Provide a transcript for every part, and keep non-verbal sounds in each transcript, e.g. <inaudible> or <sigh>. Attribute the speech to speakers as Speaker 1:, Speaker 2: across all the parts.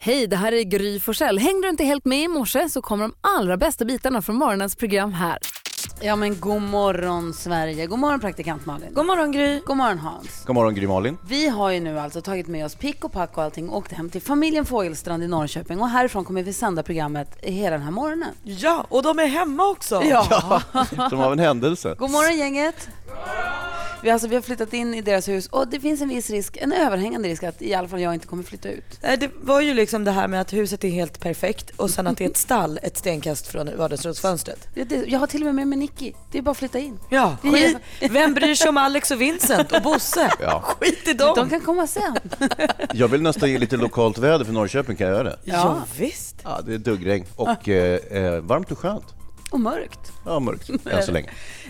Speaker 1: Hej, det här är Gry Forssell. Hängde du inte helt med i morse så kommer de allra bästa bitarna från morgonens program här.
Speaker 2: Ja men god morgon Sverige, god morgon praktikant Malin.
Speaker 3: God morgon Gry.
Speaker 2: God morgon Hans.
Speaker 4: God morgon Gry Malin.
Speaker 2: Vi har ju nu alltså tagit med oss pick och pack och allting och åkt hem till familjen Fogelstrand i Norrköping och härifrån kommer vi sända programmet hela den här morgonen.
Speaker 3: Ja, och de är hemma också.
Speaker 2: Ja.
Speaker 4: Som av en händelse.
Speaker 2: God morgon gänget. Vi, alltså, vi har flyttat in i deras hus och det finns en viss risk, en överhängande risk att i alla fall jag inte kommer flytta ut.
Speaker 3: Nej, Det var ju liksom det här med att huset är helt perfekt och sen att det är ett stall ett stenkast från vardagsrumsfönstret.
Speaker 2: Det, det, jag har till och med med mig Nicky. Det är bara att flytta in.
Speaker 3: Ja, skit. Vem bryr sig om Alex och Vincent och Bosse?
Speaker 4: Ja.
Speaker 3: Skit i dem.
Speaker 2: De kan komma sen.
Speaker 4: Jag vill nästan ge lite lokalt väder för Norrköping, kan jag göra det?
Speaker 3: Ja. visst.
Speaker 4: Ja, det är duggregn och eh, eh, varmt och skönt.
Speaker 2: Och mörkt.
Speaker 4: Ja,
Speaker 5: <laughs>
Speaker 4: mörkt än så länge.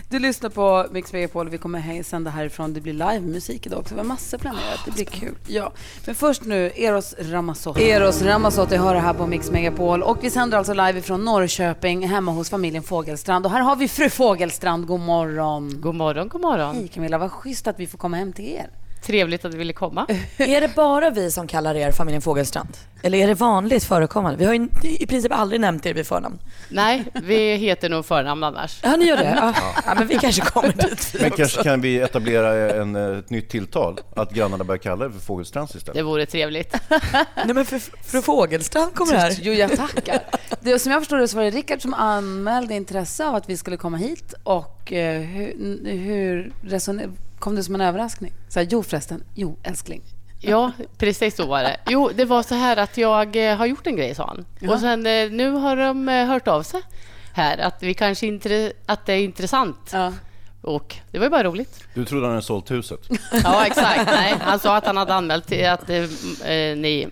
Speaker 2: Du lyssnar på Mix Megapol. Vi kommer hä- sända härifrån. Det blir livemusik idag också. Vi har massor planerat. Det blir kul. Ja. Men först nu, Eros Ramazzotti. Eros Ramazzotti hör det här på Mix Megapol. Och vi sänder alltså live ifrån Norrköping, hemma hos familjen Fågelstrand. Och här har vi fru Fågelstrand. God morgon.
Speaker 5: God morgon, god morgon.
Speaker 2: Hej Camilla, vad schysst att vi får komma hem till er.
Speaker 5: Trevligt att du ville komma.
Speaker 3: Är det bara vi som kallar er familjen Fogelstrand? Eller är det vanligt förekommande? Vi har ju i princip aldrig nämnt er vid förnamn.
Speaker 5: Nej, vi heter nog förnamn annars.
Speaker 3: Ja, ni gör det? <laughs> Ja. ja men vi kanske kommer dit.
Speaker 5: <laughs>
Speaker 4: Men kanske kan vi etablera en, eh, ett nytt tilltal, att grannarna börjar kalla det för Fågelstrands
Speaker 5: Det
Speaker 4: istället.
Speaker 5: vore trevligt.
Speaker 3: Nej, men för, fru Fogelstrand kommer här.
Speaker 2: <laughs> Jo, jag tackar. Det, som jag förstår det så var det Rickard som anmälde intresse av att vi skulle komma hit. Och eh, hur, n- hur resoner- kom det som en överraskning? Så här, jo förresten, jo älskling.
Speaker 5: Ja, precis så var det. Jo, det var så här att jag eh, har gjort en grej, sa han. Och sen eh, nu har de eh, hört av sig här att, vi kanske inte, att det är intressant.
Speaker 2: Ja.
Speaker 5: Och det var ju bara roligt.
Speaker 4: Du trodde han hade sålt huset.
Speaker 5: Ja, exakt. Nej, han sa att han hade anmält till att eh, m- eh, ni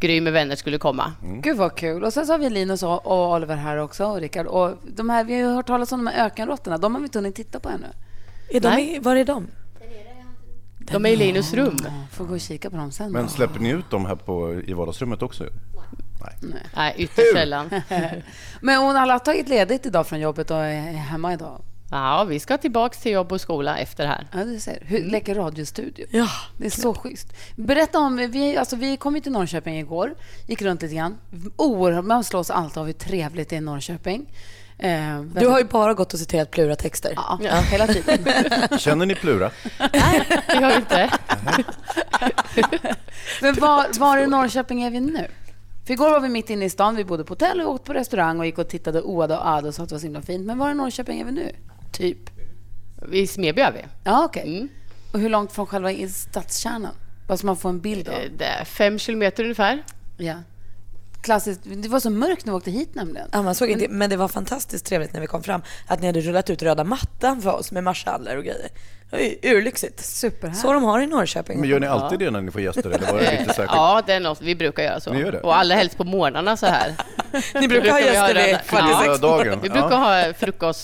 Speaker 5: Gry med vänner skulle komma.
Speaker 2: Mm. Gud vad kul. Och sen så har vi Linus och, och Oliver här också och Rickard. Och de här, vi har ju hört talas om de här ökenråttorna. De har vi inte hunnit titta på ännu.
Speaker 3: Är de,
Speaker 5: Nej.
Speaker 3: i- var är de?
Speaker 5: De är i Linus rum.
Speaker 2: Får gå och kika på dem sen.
Speaker 4: Men
Speaker 2: då.
Speaker 4: släpper ni ut dem här på, i vardagsrummet också? Nej.
Speaker 5: Nej, ytterst sällan.
Speaker 2: Men hon alla har tagit ledigt idag från jobbet och är hemma idag.
Speaker 5: Ja, vi ska tillbaks till jobb och skola efter här.
Speaker 2: Ja, du ser. Hur, leker radiostudio.
Speaker 3: Ja,
Speaker 2: Det är så schysst. Berätta om, vi, alltså, vi kom ju till Norrköping igår, gick runt lite grann. Oerhört, man slås alltid av hur trevligt det är i Norrköping. Eh,
Speaker 3: Du har ju bara gått och citerat Plura-texter.
Speaker 2: ja, hela tiden.
Speaker 4: Känner ni Plura?
Speaker 5: Nej, det gör vi inte.
Speaker 2: <laughs> Men var, var i Norrköping är vi nu? För igår var vi mitt inne i stan, vi bodde på hotell och åkte på restaurang och gick och tittade oada och ada och sa att det var så himla fint. Men var i Norrköping är vi nu? Typ.
Speaker 5: I Smeby är vi.
Speaker 2: Ja, okej.
Speaker 5: Mm.
Speaker 2: Och hur långt från själva i- stadskärnan? Bara så man får en bild av.
Speaker 5: Eh, Det är fem kilometer ungefär.
Speaker 2: Ja. Klassiskt. Det var så mörkt när vi åkte hit nämligen.
Speaker 3: Ja, man såg inte, men det var fantastiskt trevligt när vi kom fram att ni hade rullat ut röda mattan för oss med marschaller och grejer. Det var ju urlyxigt.
Speaker 2: Superhärligt.
Speaker 3: Så de har i Norrköping.
Speaker 4: Men gör ni alltid det när ni får gäster? Eller var det
Speaker 5: Eh,
Speaker 4: lite särskilt?
Speaker 5: <laughs> Ja, det är något vi brukar göra så.
Speaker 4: Ni gör det?
Speaker 5: Och allra helst på morgnarna
Speaker 4: <laughs>
Speaker 5: så här.
Speaker 3: ni brukar ha
Speaker 5: vi ha
Speaker 3: gäster vid
Speaker 5: röda-
Speaker 3: kvart i
Speaker 5: Ja.
Speaker 3: sex.
Speaker 4: Dagen.
Speaker 5: Vi brukar ha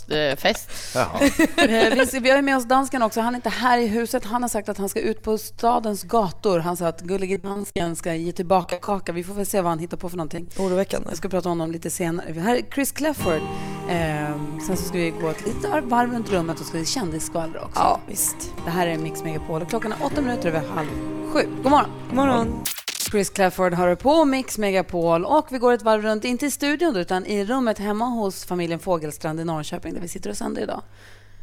Speaker 5: frukostfest.
Speaker 4: Jaha.
Speaker 2: Eh, Vi, vi har ju med oss dansken också. Han är inte här i huset. Han har sagt att han ska ut på stadens gator. Han sa att gullige dansken ska ge tillbaka kaka. Vi får väl se vad han hittar på för någonting.
Speaker 3: Oroväckande.
Speaker 2: Jag ska prata om honom lite senare. Här är Chris Clefford. Eh, sen så ska vi gå ett litet varv runt rummet och ska vi kändisskvallra också.
Speaker 3: Ja, visst.
Speaker 2: Det här är Mix Megapol och klockan är åtta minuter över halv sju. God morgon!
Speaker 3: God morgon.
Speaker 2: Chris Clafford hör på Mix Megapol och vi går ett varv runt, inte i studion då, utan i rummet hemma hos familjen Fågelstrand i Norrköping där vi sitter och sänder idag.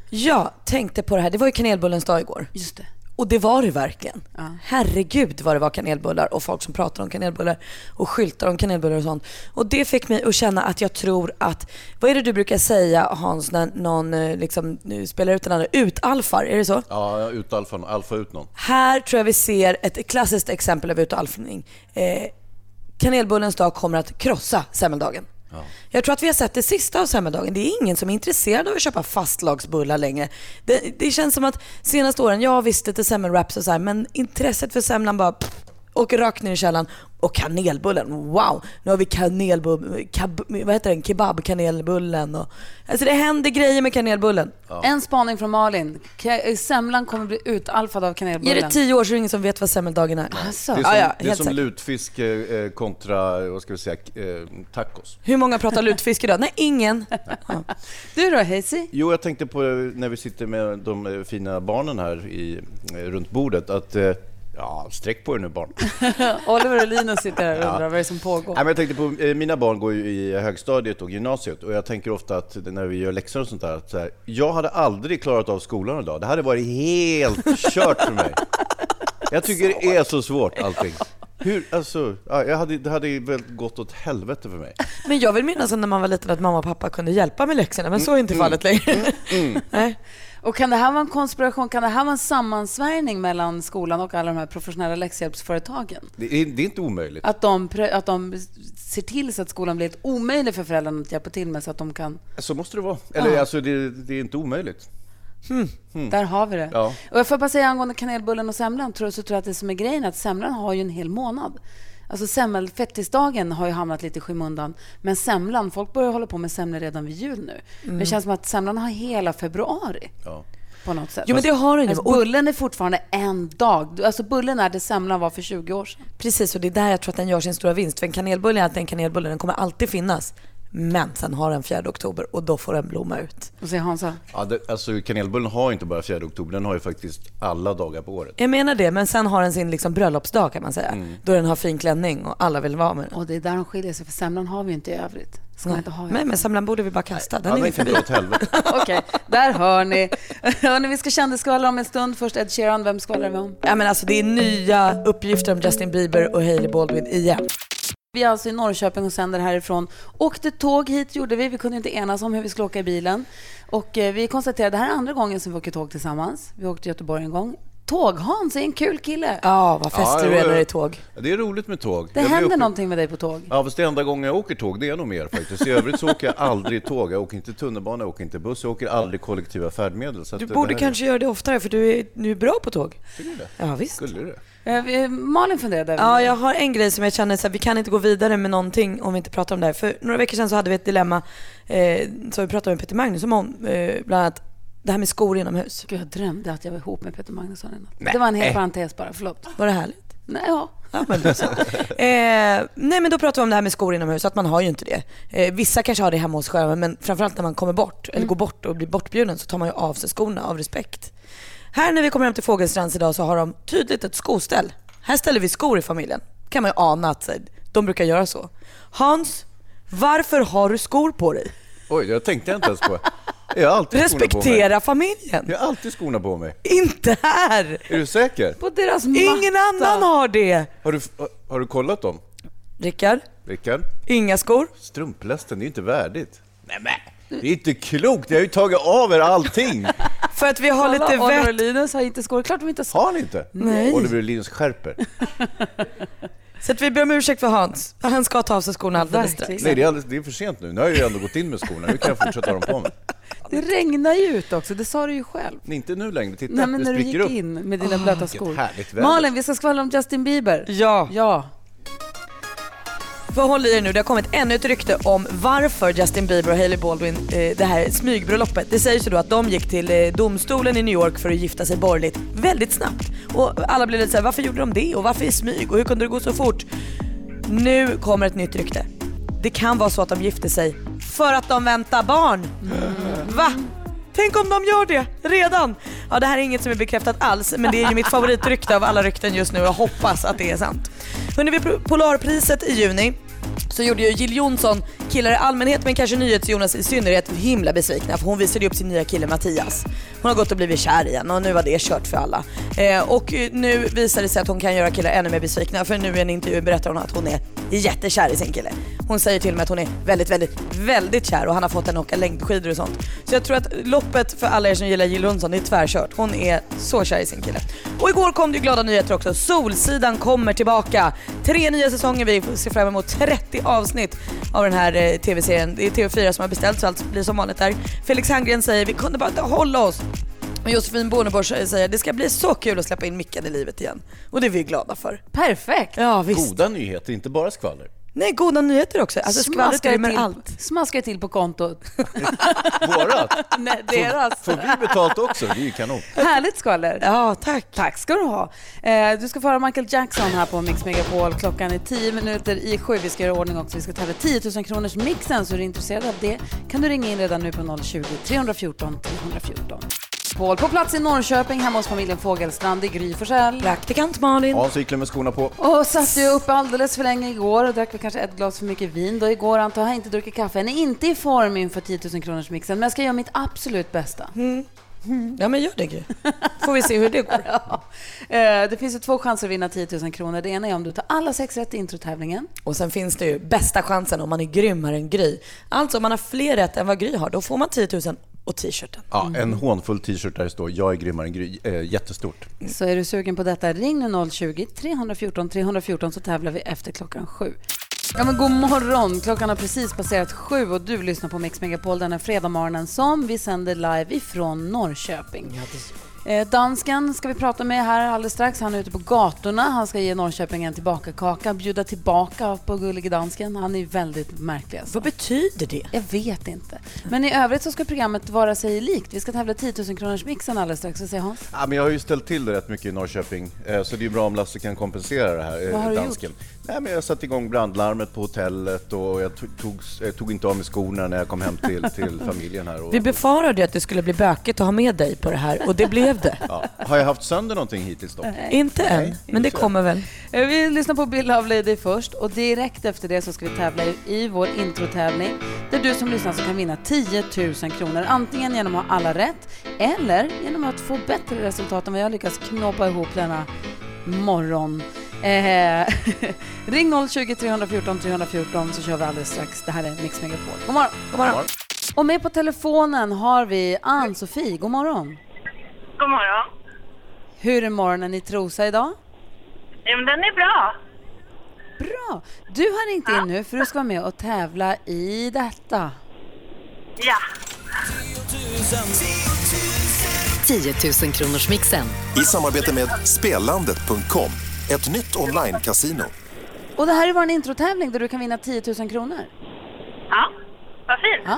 Speaker 3: Jag tänkte på det här. Det var ju kanelbullens dag igår.
Speaker 2: Just det.
Speaker 3: Och det var det verkligen. Herregud vad det var kanelbullar och folk som pratar om kanelbullar och skyltar om kanelbullar och sånt. Och det fick mig att känna att jag tror att, vad är det du brukar säga Hans när någon eh, liksom, nu spelar ut den andra? Utalfar, är det så?
Speaker 4: Ja, ut alfan. Alfa ut någon.
Speaker 3: Här tror jag vi ser ett klassiskt exempel av utalfning. Eh, kanelbullens dag kommer att krossa semmeldagen. Jag tror att vi har sett det sista av semmeldagen. Det är ingen som är intresserad av att köpa fastlagsbullar längre. Det, det känns som att senaste åren, jag visst lite semmelwraps och så här, men intresset för semlan bara pff, åker rakt ner i källaren. Och kanelbullen, wow! Nu har vi kanelbullen, kab, vad heter den? Kebabkanelbullen och... Alltså det händer grejer med kanelbullen.
Speaker 2: En spaning från Malin. Ke- eh, Semlan kommer bli utalfad av
Speaker 3: Ger
Speaker 2: kanelbullen.
Speaker 3: det tio år så är det ingen som vet vad semmeldagen är.
Speaker 2: Alltså.
Speaker 4: Det är som,
Speaker 3: Ja, ja,
Speaker 4: det är
Speaker 3: helt
Speaker 4: som
Speaker 3: säkert.
Speaker 4: lutfisk eh, eh, kontra eh, vad ska vi säga, eh, tacos.
Speaker 3: Hur många pratar lutfisk idag? Nej, ingen. Ja.
Speaker 2: Du då, Hazy?
Speaker 4: Jo, jag tänkte på eh, när vi sitter med de eh, fina barnen här i, eh, runt bordet att eh, Ja, sträck på er nu
Speaker 3: <laughs>
Speaker 4: barn.
Speaker 2: Oliver och Linus sitter här och undrar vad det är som pågår.
Speaker 4: Nej, men jag tänkte på, eh, mina barn går ju i högstadiet och gymnasiet och jag tänker ofta att när vi gör läxor och sånt där, att så här, jag hade aldrig klarat av skolan idag. Det hade varit helt
Speaker 3: <laughs>
Speaker 4: kört för mig. Jag tycker det är så svårt allting. Hur, alltså, ja, jag hade, det hade ju väl gått åt helvete för mig.
Speaker 3: Men jag vill minnas när man var liten att mamma och pappa kunde hjälpa med läxorna, men så är inte
Speaker 4: Mm,
Speaker 3: fallet längre. <laughs> Nej.
Speaker 2: Och kan det här vara en konspiration? Kan det här vara en sammansvärjning mellan skolan och alla de här professionella läxhjälpsföretagen?
Speaker 4: Det är, det är inte omöjligt.
Speaker 2: Att de, prö- att de ser till så att skolan blir ett omöjligt för föräldrarna att hjälpa till med så att de kan...
Speaker 4: Så måste det vara. Eller alltså, det, det är inte omöjligt.
Speaker 2: Där har vi det.
Speaker 4: Ja.
Speaker 2: Och jag får bara säga angående kanelbullen och semlan, tror, så tror jag att det som är grejen är att semlan har ju en hel månad. Alltså semmelfettisdagen har ju hamnat lite i skymundan. Men semlan, folk börjar hålla på med semlor redan vid jul nu. Men det känns som att semlan har hela februari
Speaker 4: Ja.
Speaker 2: på något sätt.
Speaker 3: Jo men det har den ju.
Speaker 2: Alltså,
Speaker 3: Och
Speaker 2: bullen är fortfarande en dag. Alltså bullen är det semlan var för 20 år sedan.
Speaker 3: precis, och det är där jag tror att den gör sin stora vinst. För en kanelbulle är alltid en kanelbulle, den kommer alltid finnas. Men sen har den 4 oktober och då får den blomma ut.
Speaker 2: Och säger Hansa.
Speaker 4: Ja, det, alltså, kanelbullen har ju inte bara 4 oktober, den har ju faktiskt alla dagar på året.
Speaker 3: Jag menar det, men sen har den sin liksom bröllopsdag kan man säga.
Speaker 4: Mm.
Speaker 3: Då den har fin klänning och alla vill vara med den.
Speaker 2: Och det är där de skiljer sig, för semlan har vi ju inte i övrigt. Ska man inte ha i
Speaker 3: Nej men semlan borde vi bara kasta. Den
Speaker 4: Ja,
Speaker 3: är
Speaker 4: den kan
Speaker 3: ingen förbi.
Speaker 4: dra åt
Speaker 3: <laughs>
Speaker 4: helvete.
Speaker 2: <laughs> Okej, där hör ni. <laughs> Hörni, vi ska kändisskvallra om en stund. Först Ed Sheeran, vem skvallrar vi om?
Speaker 3: Ja, men alltså, det är nya uppgifter om Justin Bieber och Hailey Baldwin igen.
Speaker 2: Vi är alltså i Norrköping och sänder härifrån. Åkte tåg hit gjorde vi. Vi kunde inte enas om hur vi skulle åka i bilen. Och eh, vi konstaterade, det här är andra gången som vi åker tåg tillsammans. Vi åkte till Göteborg en gång. Tåg-Hans är en kul kille.
Speaker 3: Ja, vad fester
Speaker 4: Ja,
Speaker 3: du
Speaker 4: jo,
Speaker 3: är när
Speaker 4: jo.
Speaker 3: det är tåg.
Speaker 4: Det är roligt med tåg.
Speaker 2: Det
Speaker 4: Jag blir
Speaker 2: händer
Speaker 4: uppe-
Speaker 2: någonting med dig på tåg.
Speaker 4: Ja, fast det enda gången jag åker tåg, det är nog mer faktiskt. I övrigt så åker jag aldrig tåg. Jag åker inte tunnelbana, jag åker inte buss, jag åker aldrig kollektiva färdmedel. Så att
Speaker 3: Du
Speaker 4: det-
Speaker 3: borde
Speaker 4: det här-
Speaker 3: kanske göra det oftare för du är, du är bra på tåg. Ja, visst.
Speaker 4: Skulle det?
Speaker 2: Eh, vi- Malin funderade över
Speaker 3: Ja,
Speaker 2: det.
Speaker 3: jag har en grej som jag känner så här, vi kan inte gå vidare med någonting om vi inte pratar om det här. För några veckor sedan så hade vi ett dilemma eh, som vi pratade med Peter Magnusson om, eh, bland annat det här med skor inomhus.
Speaker 2: Gud, jag drömde att jag var ihop med Peter Magnusson i natt. Det var en hel parentes bara, förlåt.
Speaker 3: Var det härligt?
Speaker 2: Nej, ja.
Speaker 3: Ja, men då så. Eh, nej men då pratar vi om det här med skor inomhus, att man har ju inte det. Eh, vissa kanske har det hemma hos själva men framförallt när man kommer bort, eller går bort och blir bortbjuden så tar man ju av sig skorna av respekt. Här när vi kommer hem till Fågelstrands idag så har de tydligt ett skoställ. Här ställer vi skor i familjen. kan man ju ana att eh, de brukar göra så. Hans, varför har du skor på dig?
Speaker 4: Oj, jag tänkte inte ens på. Jag har alltid skorna på mig.
Speaker 3: Respektera familjen.
Speaker 4: Jag har alltid skorna på mig.
Speaker 3: Inte här!
Speaker 4: Är du säker?
Speaker 2: På deras
Speaker 3: Ingen
Speaker 2: matta.
Speaker 3: annan har det.
Speaker 4: Har du, har du kollat dem?
Speaker 3: Rickard,
Speaker 4: Rickard?
Speaker 3: inga skor.
Speaker 4: Strumplästen, det är inte värdigt. Nej, men. Det är inte klokt, jag har ju tagit av er allting.
Speaker 3: För att vi har
Speaker 2: Kolla,
Speaker 3: lite
Speaker 2: Oliver
Speaker 3: vett
Speaker 2: och Linus har inte skor. Klart de inte har skor.
Speaker 4: Har ni inte? Nej. Oliver och Linus skärper.
Speaker 3: Så att vi ber om ursäkt för Hans. Han ska ta av sig skorna alldeles strax.
Speaker 2: Verkligen.
Speaker 4: Nej, det är, alldeles, det är för sent nu. Nu har jag ju ändå gått in med skorna. Nu kan jag fortsätta ha dem på mig.
Speaker 2: Det regnar ju ut också, det sa du ju själv.
Speaker 4: Nej, inte nu längre. Titta,
Speaker 2: Nej, men
Speaker 4: det
Speaker 2: när du gick
Speaker 4: spricker upp.
Speaker 2: in med
Speaker 3: Ah,
Speaker 2: dina blöta skor.
Speaker 4: härligt väder.
Speaker 2: Malin, vi ska skvallra om Justin Bieber.
Speaker 3: Ja.
Speaker 2: Ja.
Speaker 3: För håll i er nu, det har kommit ännu ett rykte om varför Justin Bieber och Hailey Baldwin, eh, det här smygbröllopet. Det sägs ju då att de gick till eh, domstolen i New York för att gifta sig borgerligt väldigt snabbt. Och alla blev lite såhär, varför gjorde de det och varför i smyg och hur kunde det gå så fort? Nu kommer ett nytt rykte. Det kan vara så att de gifte sig för att de väntar barn. Va? Tänk om de gör det redan? Ja, det här är inget som är bekräftat alls, men det är ju mitt favoritrykte av alla rykten just nu och jag hoppas att det är sant. Hörrni, vid Polarpriset i juni så gjorde ju Jill Johnson killar i allmänhet men kanske NyhetsJonas i synnerhet himla besvikna för hon visade ju upp sin nya kille Mattias. Hon har gått och blivit kär igen och nu var det kört för alla. Eh, och eh, nu visar det sig att hon kan göra killar ännu mer besvikna för nu i en intervju berättar hon att hon är jättekär i sin kille. Hon säger till och med att hon är väldigt, väldigt, väldigt kär och han har fått henne att åka längdskidor och sånt. Så jag tror att loppet för alla er som gillar Jill Johnson är tvärkört. Hon är så kär i sin kille. Och igår kom det ju glada nyheter också. Solsidan kommer tillbaka. Tre nya säsonger. Vi ser fram emot 30 avsnitt av den här eh, tv-serien. Det är TV4 som har beställt så allt blir som vanligt där. Felix Herngren säger vi kunde bara inte hålla oss. Och Josefin Bornebusch säger det ska bli så kul att släppa in Mickan i livet igen. Och det är vi glada för.
Speaker 2: Perfekt.
Speaker 3: Ja visst.
Speaker 4: Goda nyheter, inte bara skvaller.
Speaker 3: Nej, goda nyheter också. Alltså skvallret
Speaker 2: Smaskar
Speaker 3: rymmer
Speaker 2: till-
Speaker 3: allt.
Speaker 2: Smaskar till på
Speaker 3: <laughs>
Speaker 2: kontot.
Speaker 4: Vårat?
Speaker 2: Nej, deras.
Speaker 4: Får vi betalt också? Det är ju kanon.
Speaker 2: alltså. Härligt skvaller.
Speaker 3: Ja, tack.
Speaker 2: Tack ska du ha. Eh, du ska få höra Michael Jackson här på Mix Megapol. Klockan är 10 minuter i sju. Vi ska göra ordning också. Vi ska tävla 10 000 kronors mixen. Så är du intresserad av det kan du ringa in redan nu på 020-314 314. Megapol. På plats i Norrköping, hemma hos familjen Fogelstrand i Gry Forssell.
Speaker 3: Praktikant Malin.
Speaker 4: Ja, så gick jag med skorna på.
Speaker 2: Och satt ju uppe alldeles för länge igår och drack väl kanske ett glas för mycket vin då igår antar jag. Har inte druckit kaffe. Jag är inte i form inför 10 000 kronors mixen men jag ska göra mitt absolut bästa.
Speaker 3: Ja men gör det Gry. Får vi se hur det går.
Speaker 2: <laughs> Ja. Eh, Det finns ju två chanser att vinna 10 000 kronor. Det ena är om du tar alla sex rätt i introtävlingen.
Speaker 3: Och sen finns det ju bästa chansen om man är grymmare än Gry. Alltså om man har fler rätt än vad Gry har, då får man 10 000 och t-shirten.
Speaker 4: Ja, en hånfull t-shirt där det står “Jag är grymmare än Gry”. Eh, jättestort.
Speaker 2: Så är du sugen på detta, ring nu 020-314 314 så tävlar vi efter klockan sju. Ja, men god morgon! Klockan har precis passerat sju och du lyssnar på Mix Megapol den här fredagmorgonen som vi sänder live ifrån Norrköping. Eh, dansken ska vi prata med här alldeles strax. Han är ute på gatorna. Han ska ge Norrköping en tillbakakaka, bjuda tillbaka på gullige dansken. Han är väldigt märklig. Alltså.
Speaker 3: Vad betyder det?
Speaker 2: Jag vet inte. Men i övrigt så ska programmet vara sig likt. Vi ska tävla 10 000 kronors mixen alldeles strax. Vad säger Hans?
Speaker 4: Ja, men jag har ju ställt till det rätt mycket i Norrköping, eh, så det är ju bra om Lasse kan kompensera det här. eh,
Speaker 2: Vad har du
Speaker 4: dansken. Nej, men jag satte igång brandlarmet på hotellet och jag tog, tog, eh, tog inte av mig skorna när jag kom hem till,
Speaker 3: <laughs>
Speaker 4: till familjen här. Och,
Speaker 3: Vi befarade ju att det skulle bli bökigt att ha med dig på det här och det blev <laughs> det.
Speaker 4: ja. Har jag haft sönder någonting hittills då?
Speaker 3: Inte än, men det kommer väl.
Speaker 2: Eh, Vi lyssnar på Bill of Lady först och direkt efter det så ska vi tävla i- i vår introtävling där du som lyssnar så kan vinna 10 000 kronor antingen genom att ha alla rätt eller genom att få bättre resultat än vad jag lyckas knåpa ihop denna morgon. Eh, <laughs> ring 020 314 314 så kör vi alldeles strax. Det här är Mix Megapol. God morgon! God morgon. Och med på telefonen har vi Ann-Sofie. God morgon!
Speaker 6: God morgon.
Speaker 2: Hur är morgonen i Trosa idag?
Speaker 6: Ja, men den är bra.
Speaker 2: Bra! Du har ringt in nu för du ska vara med och tävla i detta.
Speaker 6: Ja.
Speaker 7: 10 000 kronors mixen.
Speaker 8: I samarbete med spelandet.com, ett nytt online-casino.
Speaker 2: Och det här är vår introtävling där du kan vinna 10 000 kronor.
Speaker 6: Ja. Vad fint.
Speaker 2: Ja?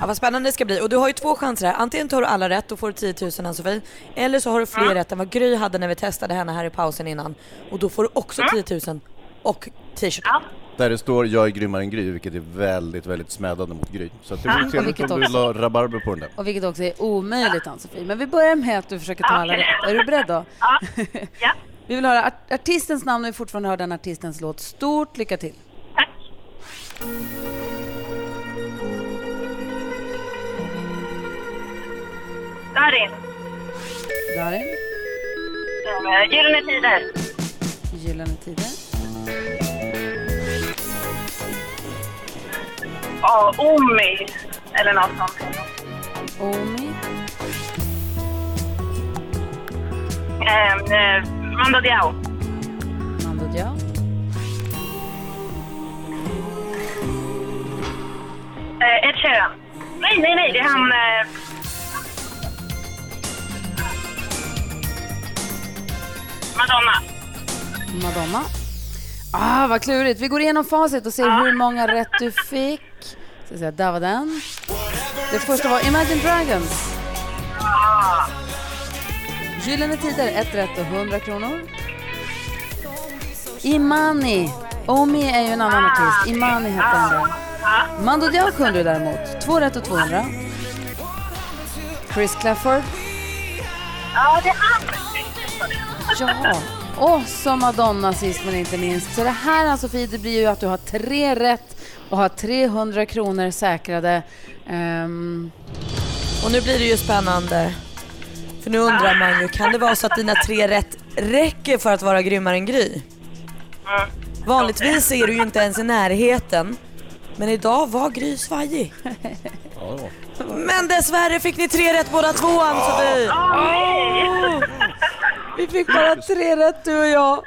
Speaker 3: Ja, vad spännande det ska bli. Och du har ju två chanser här. Antingen tar du alla rätt, då får du 10 000 Ann-Sofie. Eller så har du fler rätt än vad Gry hade när vi testade henne här i pausen innan. Och då får du också 10 000 och t-shirten.
Speaker 4: Där det står “Jag är grymmare än Gry”, vilket är väldigt, väldigt smädande mot Gry. Så att det
Speaker 3: Ah,
Speaker 4: vore trevligt
Speaker 2: vilket
Speaker 4: om du
Speaker 2: också.
Speaker 4: la rabarber på den där.
Speaker 2: Och vilket också är omöjligt Ann-Sofie. Men vi börjar med att du försöker ta alla rätt. Är du beredd då? <laughs>
Speaker 6: Ja. ja.
Speaker 2: Vi vill höra art- artistens namn och vi fortfarande hör den artistens låt. Stort lycka till!
Speaker 6: Tack. Darin.
Speaker 2: Darin,
Speaker 6: Eh, Gyllene Tider.
Speaker 2: Gyllene Tider.
Speaker 6: Ja, Omi. Eller något sånt.
Speaker 2: Omi,
Speaker 6: Ehm, eh, Mando Diao.
Speaker 2: Mando Diao,
Speaker 6: Eh, Ed Sheeran. Nej, nej, nej. Det är han... Eh... Madonna.
Speaker 2: Madonna. Ah, vad klurigt. Vi går igenom facit och ser hur många rätt du fick. Ska säga, där var den. Det första var Imagine Dragons. Gyllene Tider, ett rätt och 100 kronor. Imani. Omi är ju en annan artist. Imani hette han där. Mando Diao kunde du däremot. Två rätt och 200. Chris Clafford.
Speaker 6: Ja, det är han.
Speaker 2: Ja. Och så Madonna sist men inte minst. Så det här Ann-Sofie, det blir ju att du har tre rätt och har 300 kronor säkrade. Ehm,
Speaker 3: Och nu blir det ju spännande. För nu undrar man ju, kan det vara så att dina tre rätt räcker för att vara grymmare än Gry? Vanligtvis är du ju inte ens i närheten. Men idag var Gry svajig. Men dessvärre fick ni tre rätt båda två Ann-Sofie.
Speaker 2: vi fick bara tre rätt du och jag.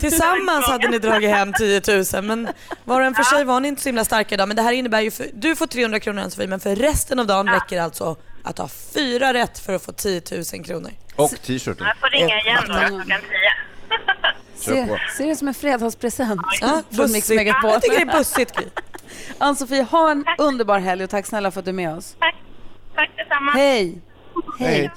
Speaker 3: Tillsammans hade ni dragit hem 10 000 men var och en för sig var ni inte så himla starka idag. Men det här innebär ju, för, du får 300 kronor Ann-Sofie men för resten av dagen räcker det alltså att ha fyra rätt för att få 10 000 kronor.
Speaker 4: Och t-shirten.
Speaker 3: Ah,
Speaker 6: Jag får ringa igen då klockan tio.
Speaker 4: Kör på.
Speaker 2: Se, ser det som en fredagspresent
Speaker 3: Ja,
Speaker 2: från Mix
Speaker 3: <laughs> bussigt.
Speaker 2: Megapol.
Speaker 3: Jag tycker det är bussigt Gry.
Speaker 2: Ann-Sofie, ha en underbar helg och tack snälla för att du är med oss.
Speaker 6: <laughs> Tack. Tack detsamma.
Speaker 2: Hej!
Speaker 4: Hej.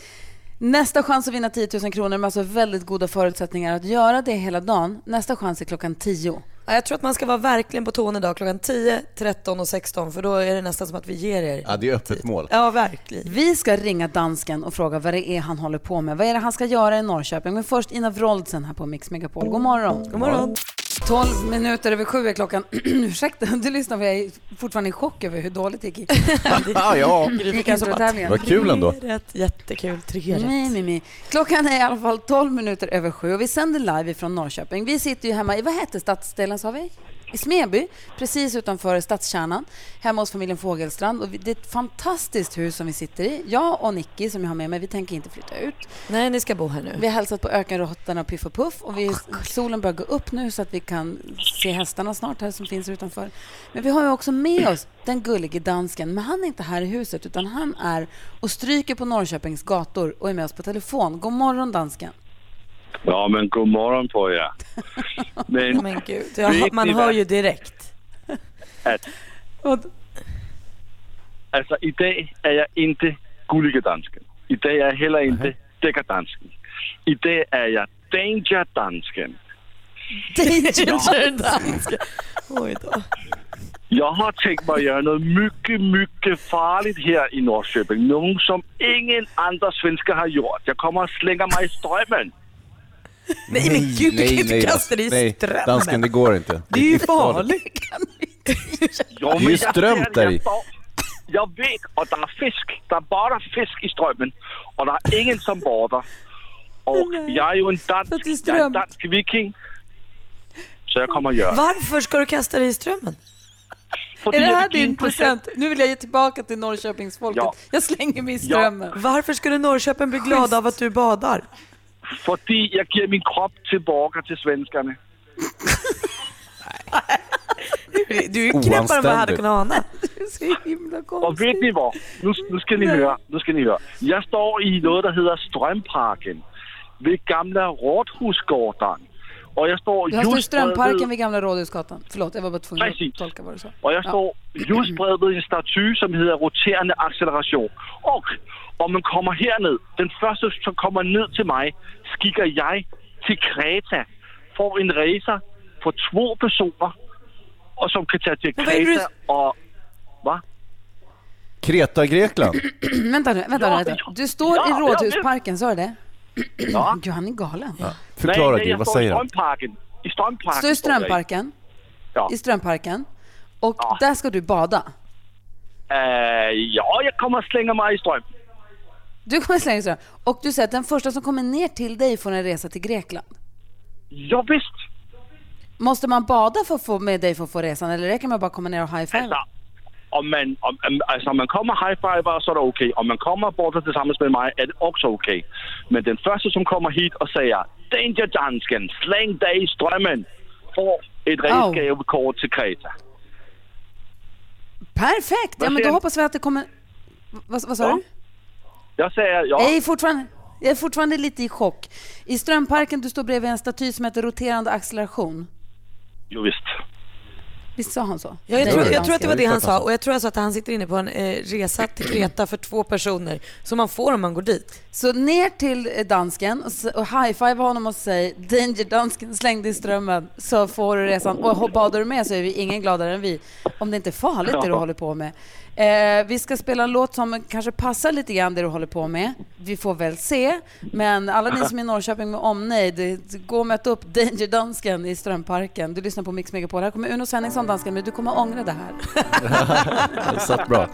Speaker 2: Nästa chans att vinna 10 000 kronor med alltså väldigt goda förutsättningar att göra det hela dagen. Nästa chans är klockan 10.
Speaker 3: Ja, Jag tror att man ska vara verkligen på tårna idag klockan 10, 13 och 16 för då är det nästan som att vi ger er.
Speaker 4: Ja, det är öppet mål.
Speaker 3: Ja, verkligen.
Speaker 2: Vi ska ringa dansken och fråga vad det är han håller på med. Vad är det han ska göra i Norrköping? Men först Ina Wroldsen här på Mix Megapol. God morgon.
Speaker 3: God morgon.
Speaker 2: 12 minuter över sju är klockan. <clears throat> Ursäkta, du lyssnar, för jag är fortfarande i chock över hur dåligt det
Speaker 3: <laughs>
Speaker 2: gick i
Speaker 4: Ja, Ah, ja.
Speaker 2: i introtävlingen.
Speaker 4: Vad kul ändå.
Speaker 3: alltså Tre Rätt, jättekul. Tre rätt.
Speaker 2: Nej, nej, nej. Klockan är i alla fall 12 minuter över sju och vi sänder live ifrån Norrköping. Vi sitter ju hemma i, vad hette stadsdelen sa vi? I Smeby, precis utanför stadskärnan, hemma hos familjen Fogelstrand. Och vi- det är ett fantastiskt hus som vi sitter i. Jag och Nicky som jag har med mig, vi tänker inte flytta ut.
Speaker 3: Nej, ni ska bo här nu.
Speaker 2: Vi har hälsat på ökenråttorna och Piff och Puff och vi, solen börjar gå upp nu så att vi kan se hästarna snart här som finns utanför. Men vi har ju också med oss den gullige dansken, men han är inte här i huset utan han är och stryker på Norrköpings gator och är med oss på telefon. God morgon dansken.
Speaker 9: Ja, men god morgon på er. Men
Speaker 3: Men gud,
Speaker 9: Hur
Speaker 3: ja,
Speaker 9: gick
Speaker 3: man
Speaker 9: ni
Speaker 3: hör
Speaker 9: där?
Speaker 4: <laughs>
Speaker 3: ju direkt.
Speaker 9: alltså, idag är jag inte gulligedansken. Idag är jag heller inte deckardansken. Idag är jag dangerdansken.
Speaker 3: Danger danska. Oj då.
Speaker 9: Jag har tänkt mig att göra något mycket, mycket farligt här i Norrköping. Något som ingen andra svenskar har gjort. Jag kommer att slänga mig i strömmen.
Speaker 3: Nej, men gud, du kan inte kasta dig i
Speaker 4: nej.
Speaker 3: strömmen.
Speaker 4: Dansken, det går inte.
Speaker 3: Det är ju
Speaker 4: riktigt
Speaker 3: farligt.
Speaker 4: Det
Speaker 9: Jo,
Speaker 4: är
Speaker 9: men
Speaker 4: ju
Speaker 9: jag
Speaker 4: strömt
Speaker 9: ser det,
Speaker 4: där
Speaker 9: jag
Speaker 4: i.
Speaker 9: står- Jag vet, och det är fisk. Det är bara fisk i strömmen. Och det är ingen som badar. Och jag är ju en
Speaker 2: Så det är
Speaker 9: dansk, jag är en
Speaker 2: strömt.
Speaker 9: dansk viking. Så jag kommer att göra.
Speaker 3: Varför ska du kasta dig i strömmen?
Speaker 9: Fordi
Speaker 2: Är det
Speaker 9: jeg
Speaker 2: här
Speaker 9: vil give
Speaker 2: din
Speaker 9: en present.
Speaker 2: present? Nu vill jag ge tillbaka till Norrköpingsfolket.
Speaker 9: Ja.
Speaker 2: Jag slänger mig i
Speaker 9: Ja.
Speaker 2: strömmen.
Speaker 3: Varför skulle Norrköping bli glada av att du badar?
Speaker 9: Fordi jeg giver min krop tilbage til svenskerne.
Speaker 3: Du är ju knäppare än vad jag hade
Speaker 4: Oanständigt.
Speaker 3: kunnat ana.
Speaker 9: Og ved I hvor? Nu, nu skal I høre. Nu skal I høre. Jeg står i noget, der hedder Strømparken. Ved gamle Rådhusgården. Og jeg står
Speaker 2: Du har stått i
Speaker 9: just bredvid-
Speaker 2: Strömparken vid Gamla Rådhusgatan. Förlåt, jag var bara tvungen
Speaker 9: Precis.
Speaker 2: att tolka vad du sa.
Speaker 9: Og jeg står just bredvid en statue, som hedder Roterende Acceleration. Og om man kommer herned, den første, som kommer ned til mig, skikker jeg til Kreta. Får en racer på to personer, og som kan tage til
Speaker 3: hvad er det,
Speaker 9: Kreta og... Hvad?
Speaker 4: Kreta, Grekland.
Speaker 2: Mm, vänta nu, vänta
Speaker 9: Ja,
Speaker 2: nu. Vänta.
Speaker 9: ja.
Speaker 2: Du står i
Speaker 9: Ja, ja,
Speaker 2: Rådhusparken, sa du det?
Speaker 9: <clears throat> Ja.
Speaker 2: Gud, han är galen.
Speaker 4: Förklara
Speaker 9: Nej,
Speaker 4: du,
Speaker 9: jag
Speaker 4: vad
Speaker 9: står
Speaker 4: säger
Speaker 9: i
Speaker 4: han?
Speaker 9: Strömparken. I Strömparken.
Speaker 2: Står i
Speaker 9: står jag i.
Speaker 2: Strömparken.
Speaker 9: Ja.
Speaker 2: I Strömparken. Och
Speaker 9: Ja.
Speaker 2: där ska du bada.
Speaker 9: Eh, ja, jag kommer att slänga mig i ström.
Speaker 2: Du kommer slänga ström. Och du säger att den första som kommer ner till dig får en resa till Grekland.
Speaker 9: Ja, visst.
Speaker 2: Måste man bada för att få med dig för att få resan eller räcker det med att bara komma ner och
Speaker 9: Alltså,
Speaker 2: high-five?
Speaker 9: om man, om, om, alltså, om man kommer high-fiver så är det okej. Om man kommer och badar tillsammans med mig är det också okej. Men den första som kommer hit och säger Danger dansken, släng dig i strömmen. Får ett resgavekort till Kreta.
Speaker 2: Perfekt! Ja,
Speaker 9: Vad
Speaker 2: men då
Speaker 9: ser-
Speaker 2: hoppas vi att det kommer... Vad, vad sa
Speaker 9: Ja.
Speaker 2: du?
Speaker 9: Jag säger ja.
Speaker 2: Jag är, fortfarande, jag är fortfarande lite i chock. I Strömparken, du står bredvid en staty som heter Roterande acceleration.
Speaker 9: Jo, visst.
Speaker 2: Visst sa han så?
Speaker 3: Jag, jag, tror, jag tror att det var det han
Speaker 4: klart han
Speaker 3: sa
Speaker 4: sa.
Speaker 3: och jag tror alltså att han sitter inne på en eh, resa till Kreta för två personer som man får om man går dit.
Speaker 2: Så ner till eh, dansken och, s- och high-five honom och säg Danger dansken slängde i strömmen så får du resan. Och ho- badar du med så är vi ingen gladare än vi. Om det inte är farligt det du håller på med. Eh, vi ska spela en låt som kanske passar lite grann det du håller på med. Vi får väl se. Men alla ni som är i Norrköping med omnejd, eh, gå och möt upp Danger dansken i Strömparken. Du lyssnar på Mix Megapol. Här kommer Uno Svenningsson, dansken, men du kommer ångra det här.
Speaker 4: Det satt bra.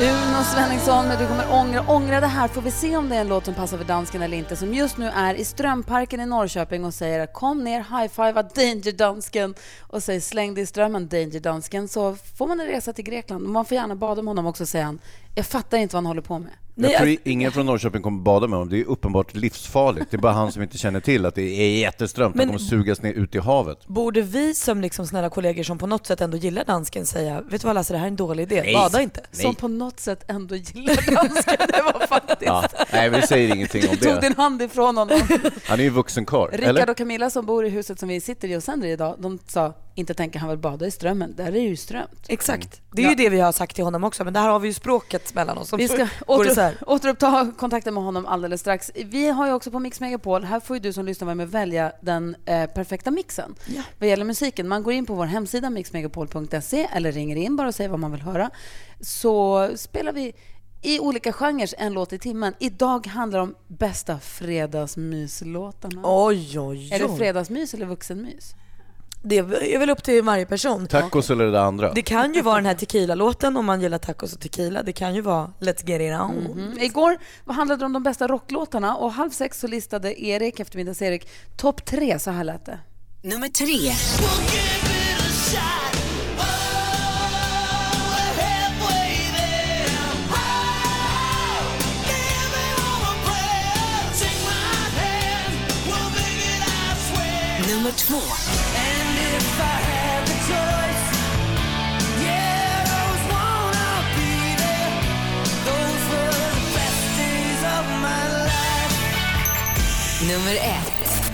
Speaker 2: Uno Svenningsson med Du kommer ångra. Ångra det här. Får vi se om det är en låt som passar för dansken eller inte. Som just nu är i Strömparken i Norrköping och säger kom ner, high-fivea Danger Dansken och säg släng dig i strömmen Danger Dansken. Så får man en resa till Grekland. Man får gärna bada med honom också säger han. Jag fattar inte vad han håller på med.
Speaker 3: Nej,
Speaker 4: Jag tror ingen från Norrköping kommer bada med honom. Det är uppenbart livsfarligt. Det är bara han som inte känner till att det är jätteströmt. Han
Speaker 3: Men-
Speaker 4: kommer sugas ner ut i havet.
Speaker 3: Borde vi som liksom snälla kollegor som på något sätt ändå gillar dansken säga, vet du vad Lasse, det här är en dålig idé, bada inte.
Speaker 2: Som på något sätt ändå gillar dansken. Det var faktiskt...
Speaker 4: Ja. Nej, vi säger
Speaker 2: <laughs>
Speaker 4: ingenting om
Speaker 2: Du tog
Speaker 4: det.
Speaker 2: din
Speaker 4: <laughs>
Speaker 2: hand ifrån honom.
Speaker 4: Han är ju vuxen karl.
Speaker 2: Rickard
Speaker 4: Eller?
Speaker 2: och Camilla som bor i huset som vi sitter i och sänder i idag, de sa inte tänker han väl bada i strömmen. Där är det ju strömt.
Speaker 3: Exakt. Det är ju det vi har sagt till honom också, men där har vi ju språket mellan oss.
Speaker 2: Vi ska
Speaker 3: Går det så här?
Speaker 2: åter, återuppta kontakten med honom alldeles strax. Vi har ju också på Mix Megapol, här får ju du som lyssnar vara med och välja den eh, perfekta mixen vad gäller musiken. Man går in på vår hemsida mixmegapol.se eller ringer in bara och säger vad man vill höra. Så spelar vi i olika genrer en låt i timmen. Idag handlar det om bästa fredagsmyslåtarna.
Speaker 3: Oj, oj,
Speaker 2: Är det
Speaker 3: oj.
Speaker 2: fredagsmys eller vuxenmys?
Speaker 3: Mm. Det är väl upp till varje person.
Speaker 4: Tacos eller det andra?
Speaker 3: Det kan ju vara den här tequila-låten om man gillar tacos och tequila. Det kan ju vara Let's get it on.
Speaker 2: Mm. Igår vad handlade det om de bästa rocklåtarna och halv sex så listade Erik, eftermiddags-Erik, topp tre. Så här lät det.
Speaker 7: Nummer tre.
Speaker 10: Oh, Oh,
Speaker 7: Nummer två. Nummer ett.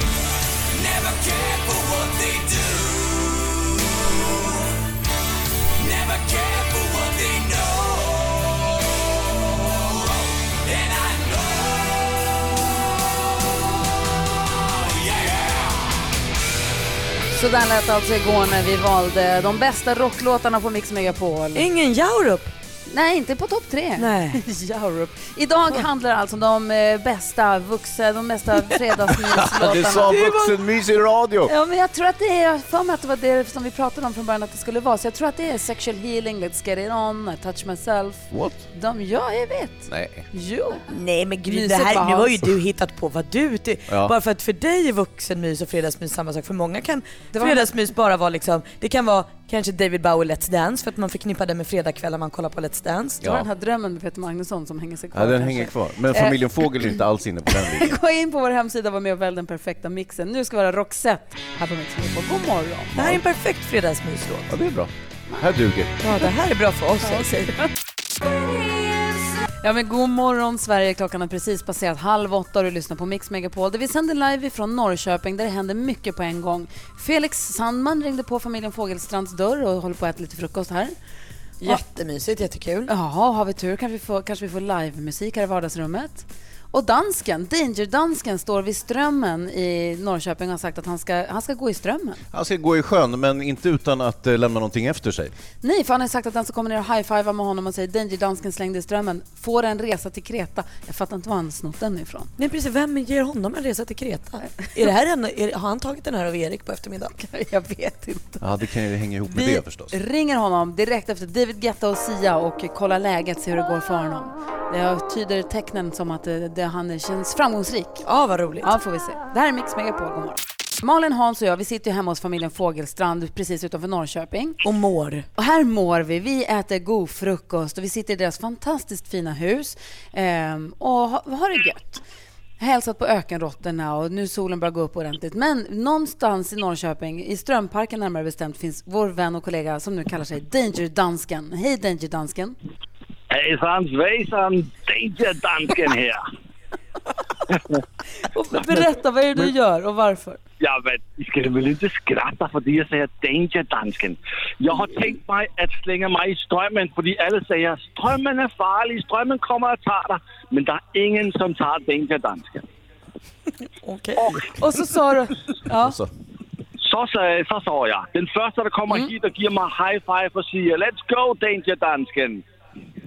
Speaker 2: Så där lät det alltså igår när vi valde de bästa rocklåtarna på Mix Megapol.
Speaker 3: Ingen Jaurup.
Speaker 2: Nej, inte på topp tre.
Speaker 3: Nej.
Speaker 2: Europe. Idag handlar det alltså om de eh, bästa vuxna, de bästa
Speaker 4: Du sa
Speaker 2: fredagsmyslåtarna.
Speaker 4: vuxenmys i radio!
Speaker 2: Ja, men jag tror att det är, jag har för mig att det var det som vi pratade om från början att det skulle vara. Så jag tror att det är sexual healing, let's get it on, I touch myself.
Speaker 4: What?
Speaker 2: De, ja, jag vet.
Speaker 4: Nej.
Speaker 2: Jo.
Speaker 3: Nej men gud, det
Speaker 2: Myset
Speaker 3: här,
Speaker 2: var
Speaker 3: nu har ju
Speaker 2: hans.
Speaker 3: du hittat på vad du ty-
Speaker 4: Ja.
Speaker 3: Bara för att för dig är vuxenmys och fredagsmys samma sak. För många kan
Speaker 2: var-
Speaker 3: fredagsmys bara vara liksom, det kan vara kanske David Bowie Let's Dance för att man förknippar det med fredagskvällar man kollar på Let's Dance.
Speaker 2: Det var
Speaker 4: Ja.
Speaker 2: den här Eh. drömmen med Peter Magnusson som hänger sig kvar.
Speaker 4: Ja, den
Speaker 2: kanske.
Speaker 4: hänger kvar. Men familjen Fågel är inte alls inne på den linjen.
Speaker 2: Gå in på vår hemsida och var med och välj den perfekta mixen. Nu ska vi höra Roxette här på Mix Megapol. God morgon.
Speaker 3: Det här är en perfekt fredagsmyslåt.
Speaker 4: Ja, det är bra. Här duger.
Speaker 3: Ja det här är bra för oss. jag säger.
Speaker 2: Ja, men god morgon Sverige. Klockan har precis passerat halv åtta och du lyssnar på Mix Megapol där vi sänder live ifrån Norrköping där det händer mycket på en gång. Felix Sandman ringde på familjen Fogelstrands dörr och håller på att äta lite frukost här.
Speaker 3: <laughs> Jättemysigt, jättekul.
Speaker 2: Ja, har vi tur kanske vi får, kanske vi får livemusik här i vardagsrummet. Och dansken, Danger-dansken, står vid Strömmen i Norrköping och har sagt att han ska, han ska gå i Strömmen.
Speaker 4: Han ska gå i sjön, men inte utan att eh, lämna någonting efter sig.
Speaker 2: Nej, för han har sagt att den som kommer ner och high-fivar med honom och säger Danger-dansken slängde i Strömmen får en resa till Kreta. Jag fattar inte var han snott den ifrån.
Speaker 3: Nej precis, vem ger honom en resa till Kreta? Är det här en, är, har han tagit den här av Erik på eftermiddagen?
Speaker 2: <laughs> Jag vet inte.
Speaker 4: Ja, det kan ju hänga ihop med
Speaker 2: Vi
Speaker 4: det förstås.
Speaker 2: ringer honom direkt efter David Guetta och Sia och kollar läget, ser hur det går för honom. Det tyder tecknen som att eh, det, han känns framgångsrik.
Speaker 3: Ja vad roligt.
Speaker 2: Ja, får vi se. Det här är Mix Megapol, god morgon. Malin, Hans och jag, vi sitter ju hemma hos familjen Fågelstrand precis utanför Norrköping.
Speaker 3: Och mår.
Speaker 2: Och här mår vi. Vi äter god frukost och vi sitter i deras fantastiskt fina hus ehm, och ha- har det gött. Hälsat på ökenråttorna och nu solen börjar gå upp ordentligt. Men någonstans i Norrköping, i Strömparken närmare bestämt, finns vår vän och kollega som nu kallar sig Danger Dansken. Hej Danger Dansken!
Speaker 9: Hejsan svejsan, Danger-dansken här.
Speaker 2: Berätta, vad är det du gör och varför?
Speaker 9: Ja, men I ska väl inte skratta för det jag säger danger-dansken. Jag har tänkt mig att slänga mig i strömmen för alla säger strömmen är farlig, strömmen kommer att ta dig. Men det är ingen som tar danger-dansken.
Speaker 3: Okej.
Speaker 2: Och så sa du... Ja.
Speaker 4: Alltså,
Speaker 9: Så, sa- så sa jag. Den första som kommer
Speaker 3: Mhm.
Speaker 9: hit och ger mig high five och säger Let's go danger-dansken.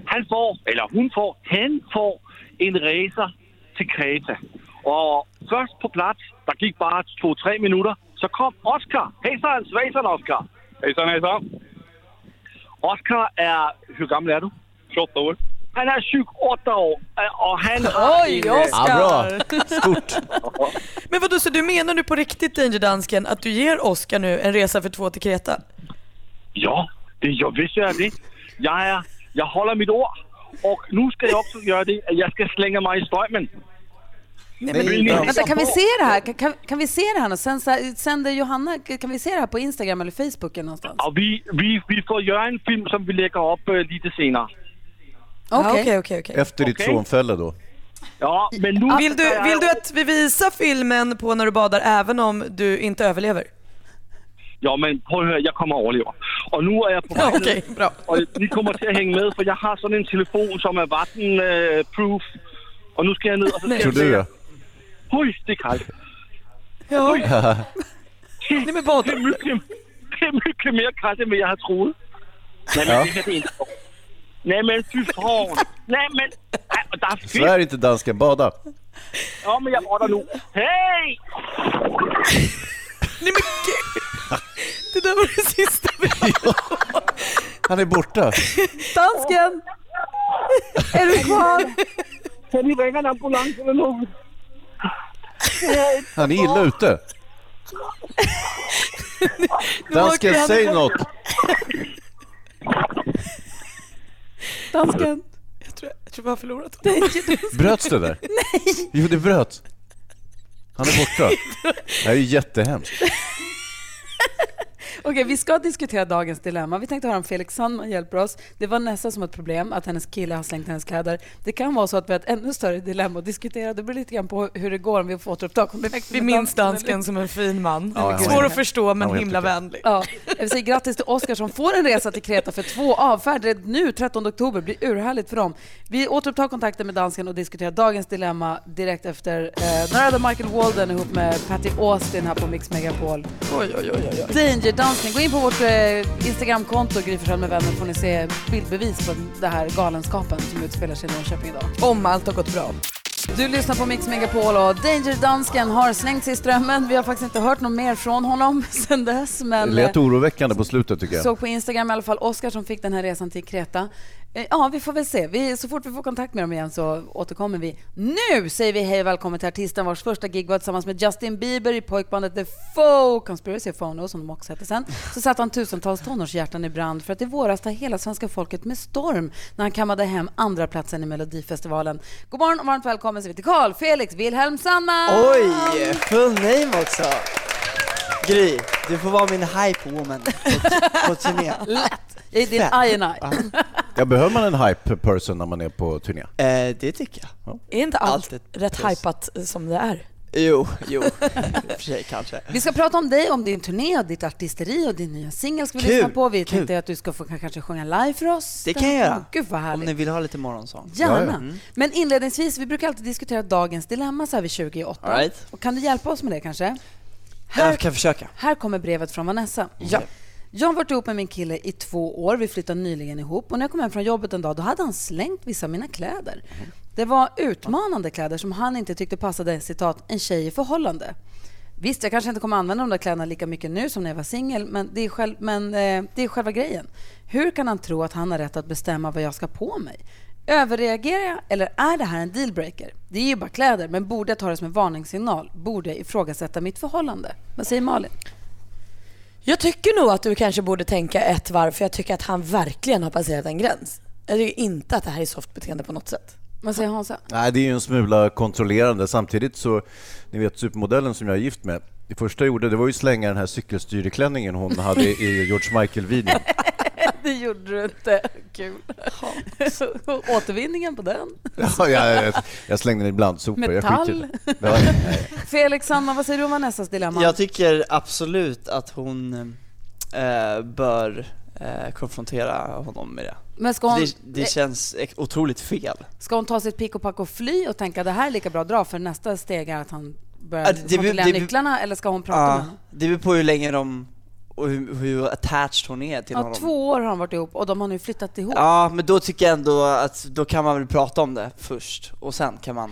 Speaker 9: Han får, eller hon får, han får en resa till Kreta. Och först på plats, där gick bara två, tre minuter, så kom Oscar. Hejsan svejsan Oscar! Hejsan hejsan! Oscar är, hur gammal är du? 28 år. Han är 28 år och han har
Speaker 3: Oj,
Speaker 9: en,
Speaker 3: Oscar!
Speaker 4: ja, bra. Stort.
Speaker 3: Men vadå, så du menar nu på riktigt Danger Dansken att du ger Oscar nu en resa för två till Kreta?
Speaker 9: Ja, det jag visst gör jag det. Jag, är, jag håller mitt ord. Och nu ska jag också göra det, att jag ska slänga mig i strömmen.
Speaker 4: Nej, inte alls.
Speaker 2: Vänta, kan vi se det här? Kan, kan, kan vi se det här? Sen, sänder Johanna, kan vi se det här på Instagram eller Facebook eller någonstans?
Speaker 9: Och vi, vi, vi får göra en film som vi lägger upp eh, lite senare.
Speaker 3: Ja,
Speaker 2: Okej.
Speaker 3: Okej, okej, okej.
Speaker 4: Efter ditt
Speaker 9: Okej.
Speaker 4: frånfälle då.
Speaker 9: Ja, men nu...
Speaker 3: Vill du, vill du att vi visar filmen på när du badar även om du inte överlever?
Speaker 9: Ja, men prøv at høre, jeg kommer og overlever. Og nu er jeg på vej
Speaker 3: Okay, bra.
Speaker 9: og I kommer til at hænge med, for jeg har sådan en telefon, som er vattenproof. Og nu skal jeg ned, og så skal
Speaker 4: Tror
Speaker 9: jeg...
Speaker 4: du ja.
Speaker 9: Hui, det er koldt.
Speaker 3: Ja. Nej men
Speaker 9: Det er
Speaker 3: både.
Speaker 9: mycket, det er mycket mere koldt, end hvad jeg har troet. Nej, men
Speaker 4: Ja.
Speaker 9: det her, det er en skov. Nej, men fy fan. Nej, men... Ej, og der er
Speaker 4: Så är
Speaker 9: fisk.
Speaker 4: det inte dansken, bada.
Speaker 9: Ja, men jeg rotter nu. Hey!
Speaker 3: Det där var det sista vi
Speaker 4: Han är borta.
Speaker 2: Dansken! <laughs> Är du kvar?
Speaker 9: Kan I ringe en ambulance eller noget?
Speaker 4: Han är illa ute. Dansken, säg något.
Speaker 2: Dansken!
Speaker 3: jag tror, jag tror vi har förlorat honom.
Speaker 4: Bröts det där? Nej. Jo, det bröt. Han är borta. Det här är ju jättehemskt.
Speaker 2: Okej, vi ska diskutera dagens dilemma. Vi tänkte höra om Felix Sandman hjälper oss. Det var nästan som ett problem att hennes kille har slängt hennes kläder. Det kan vara så att vi har ett ännu större dilemma att diskutera. Det beror lite grann på hur det går om vi får återuppta kontakten
Speaker 3: Vi
Speaker 2: med
Speaker 3: minns
Speaker 2: dansken eller
Speaker 3: dansken som en fin man.
Speaker 4: Ja, ja,
Speaker 3: Svår
Speaker 4: ja.
Speaker 3: att förstå
Speaker 4: Han
Speaker 3: men
Speaker 4: var helt
Speaker 3: himla
Speaker 4: okej.
Speaker 3: vänlig.
Speaker 2: Ja, jag vill säga grattis till Oskar som får en resa till Kreta för två avfärder nu 13 oktober. blir urhärligt för dem. Vi återupptar kontakten med dansken och diskuterar dagens dilemma direkt efter eh, Narada Michael Walden ihop med Patty Austin här på Mix Megapol.
Speaker 3: Oj, oj, oj, oj. oj.
Speaker 2: Danger Dansken, gå in på vårt eh, Instagramkonto Gry Forssell med vänner får ni se bildbevis på den här galenskapen som utspelar sig i Norrköping idag.
Speaker 3: Om allt har gått bra.
Speaker 2: Du lyssnar på Mix Megapol och Danger Dansken har slängts i strömmen. Vi har faktiskt inte hört något mer från honom <laughs> sedan dess.
Speaker 4: Det
Speaker 2: Men, eh,
Speaker 4: lät oroväckande på slutet tycker jag.
Speaker 2: Såg på Instagram i alla fall Oskar som fick den här resan till Kreta. Eh, Ja, vi får väl se. Vi, så fort vi får kontakt med dem igen så återkommer vi. Nu säger vi hej och välkommen till artisten vars första gig var tillsammans med Justin Bieber i pojkbandet The Faux Conspiracy Phono, som de också hette sen. Så satte han tusentals tonårshjärtan i brand för att i våras ta hela svenska folket med storm när han kammade hem andra platsen i Melodifestivalen. God morgon och varmt välkommen säger vi till Carl Felix Wilhelm Sandman!
Speaker 11: Oj! Full name också! Gry, du får vara min hype woman på, på turné.
Speaker 2: Jag är din
Speaker 11: Fett.
Speaker 2: I and I.
Speaker 4: Ja, behöver man en hype person när man är på turné?
Speaker 11: Eh, det tycker jag.
Speaker 3: Är inte allt
Speaker 11: Allt ett
Speaker 3: rätt
Speaker 11: plus.
Speaker 3: hypat eh, som det är?
Speaker 11: Jo, jo, i och för sig kanske.
Speaker 2: Vi ska prata om dig, om din turné och ditt artisteri och din nya singel ska vi
Speaker 11: Kul,
Speaker 2: lyssna på. Vi
Speaker 11: kul.
Speaker 2: tänkte att du ska få kanske sjunga live för oss.
Speaker 11: Det kan jag göra.
Speaker 2: Gud <laughs> vad
Speaker 11: Om
Speaker 2: härligt.
Speaker 11: ni vill ha lite morgonsång.
Speaker 2: Gärna.
Speaker 4: Ja, ja.
Speaker 2: Men inledningsvis, vi brukar alltid diskutera dagens dilemma så här vid 20 i åtta.
Speaker 11: All right.
Speaker 2: Och kan du hjälpa oss med det kanske?
Speaker 11: Jag kan försöka. Mm.
Speaker 2: Här kommer brevet från Vanessa.
Speaker 11: Ja.
Speaker 2: Jag har varit ihop med min kille i två år. Vi flyttade nyligen ihop. Och när jag kom hem från jobbet en dag, då hade han slängt vissa av mina kläder. Det var utmanande kläder som han inte tyckte passade citat, en tjej i förhållande. Visst, jag kanske inte kommer använda de där kläderna lika mycket nu som när jag var singel, men, det är, själv, men eh, det är själva grejen. Hur kan han tro att han har rätt att bestämma vad jag ska på mig? Överreagerar jag eller är det här en dealbreaker? Det är ju bara kläder, men borde jag ta det som en varningssignal? Borde jag ifrågasätta mitt förhållande? Vad säger Malin?
Speaker 3: Jag tycker nog att du kanske borde tänka ett varv för jag tycker att han verkligen har passerat en gräns. Jag tycker inte att det här är soft beteende på något sätt.
Speaker 2: Vad säger Hansa?
Speaker 4: Nej, det är ju en smula kontrollerande. Samtidigt så, ni vet supermodellen som jag är gift med, det första jag gjorde det var ju slänga den här cykelstyreklänningen hon hade i George Michael-videon.
Speaker 2: <laughs> Det gjorde du inte. Kul. Återvinningen på den.
Speaker 4: Ja, jag, jag- jag slängde den ibland, sopor. Jag skiter i det. Ja, nej.
Speaker 2: Felix, Sanna, vad säger du om Vanessas dilemma?
Speaker 11: Jag tycker absolut att hon eh, bör eh, konfrontera honom med det.
Speaker 2: Men ska hon,
Speaker 11: Det, det känns ek- otroligt fel.
Speaker 2: ska hon ta sitt pick och pack och fly och tänka det här är lika bra att dra för nästa steg är att han
Speaker 11: Ja,
Speaker 2: börjar
Speaker 11: det- det-
Speaker 2: kontrollera
Speaker 11: det- det-
Speaker 2: nycklarna eller ska hon prata med
Speaker 11: Ja,
Speaker 2: honom?
Speaker 11: det beror på hur länge de och hur, hur attached hon är till
Speaker 2: Ja,
Speaker 11: honom.
Speaker 2: två år har de varit ihop och de har nu flyttat ihop.
Speaker 11: Ja, men då tycker jag ändå att då kan man väl prata om det först och sen kan man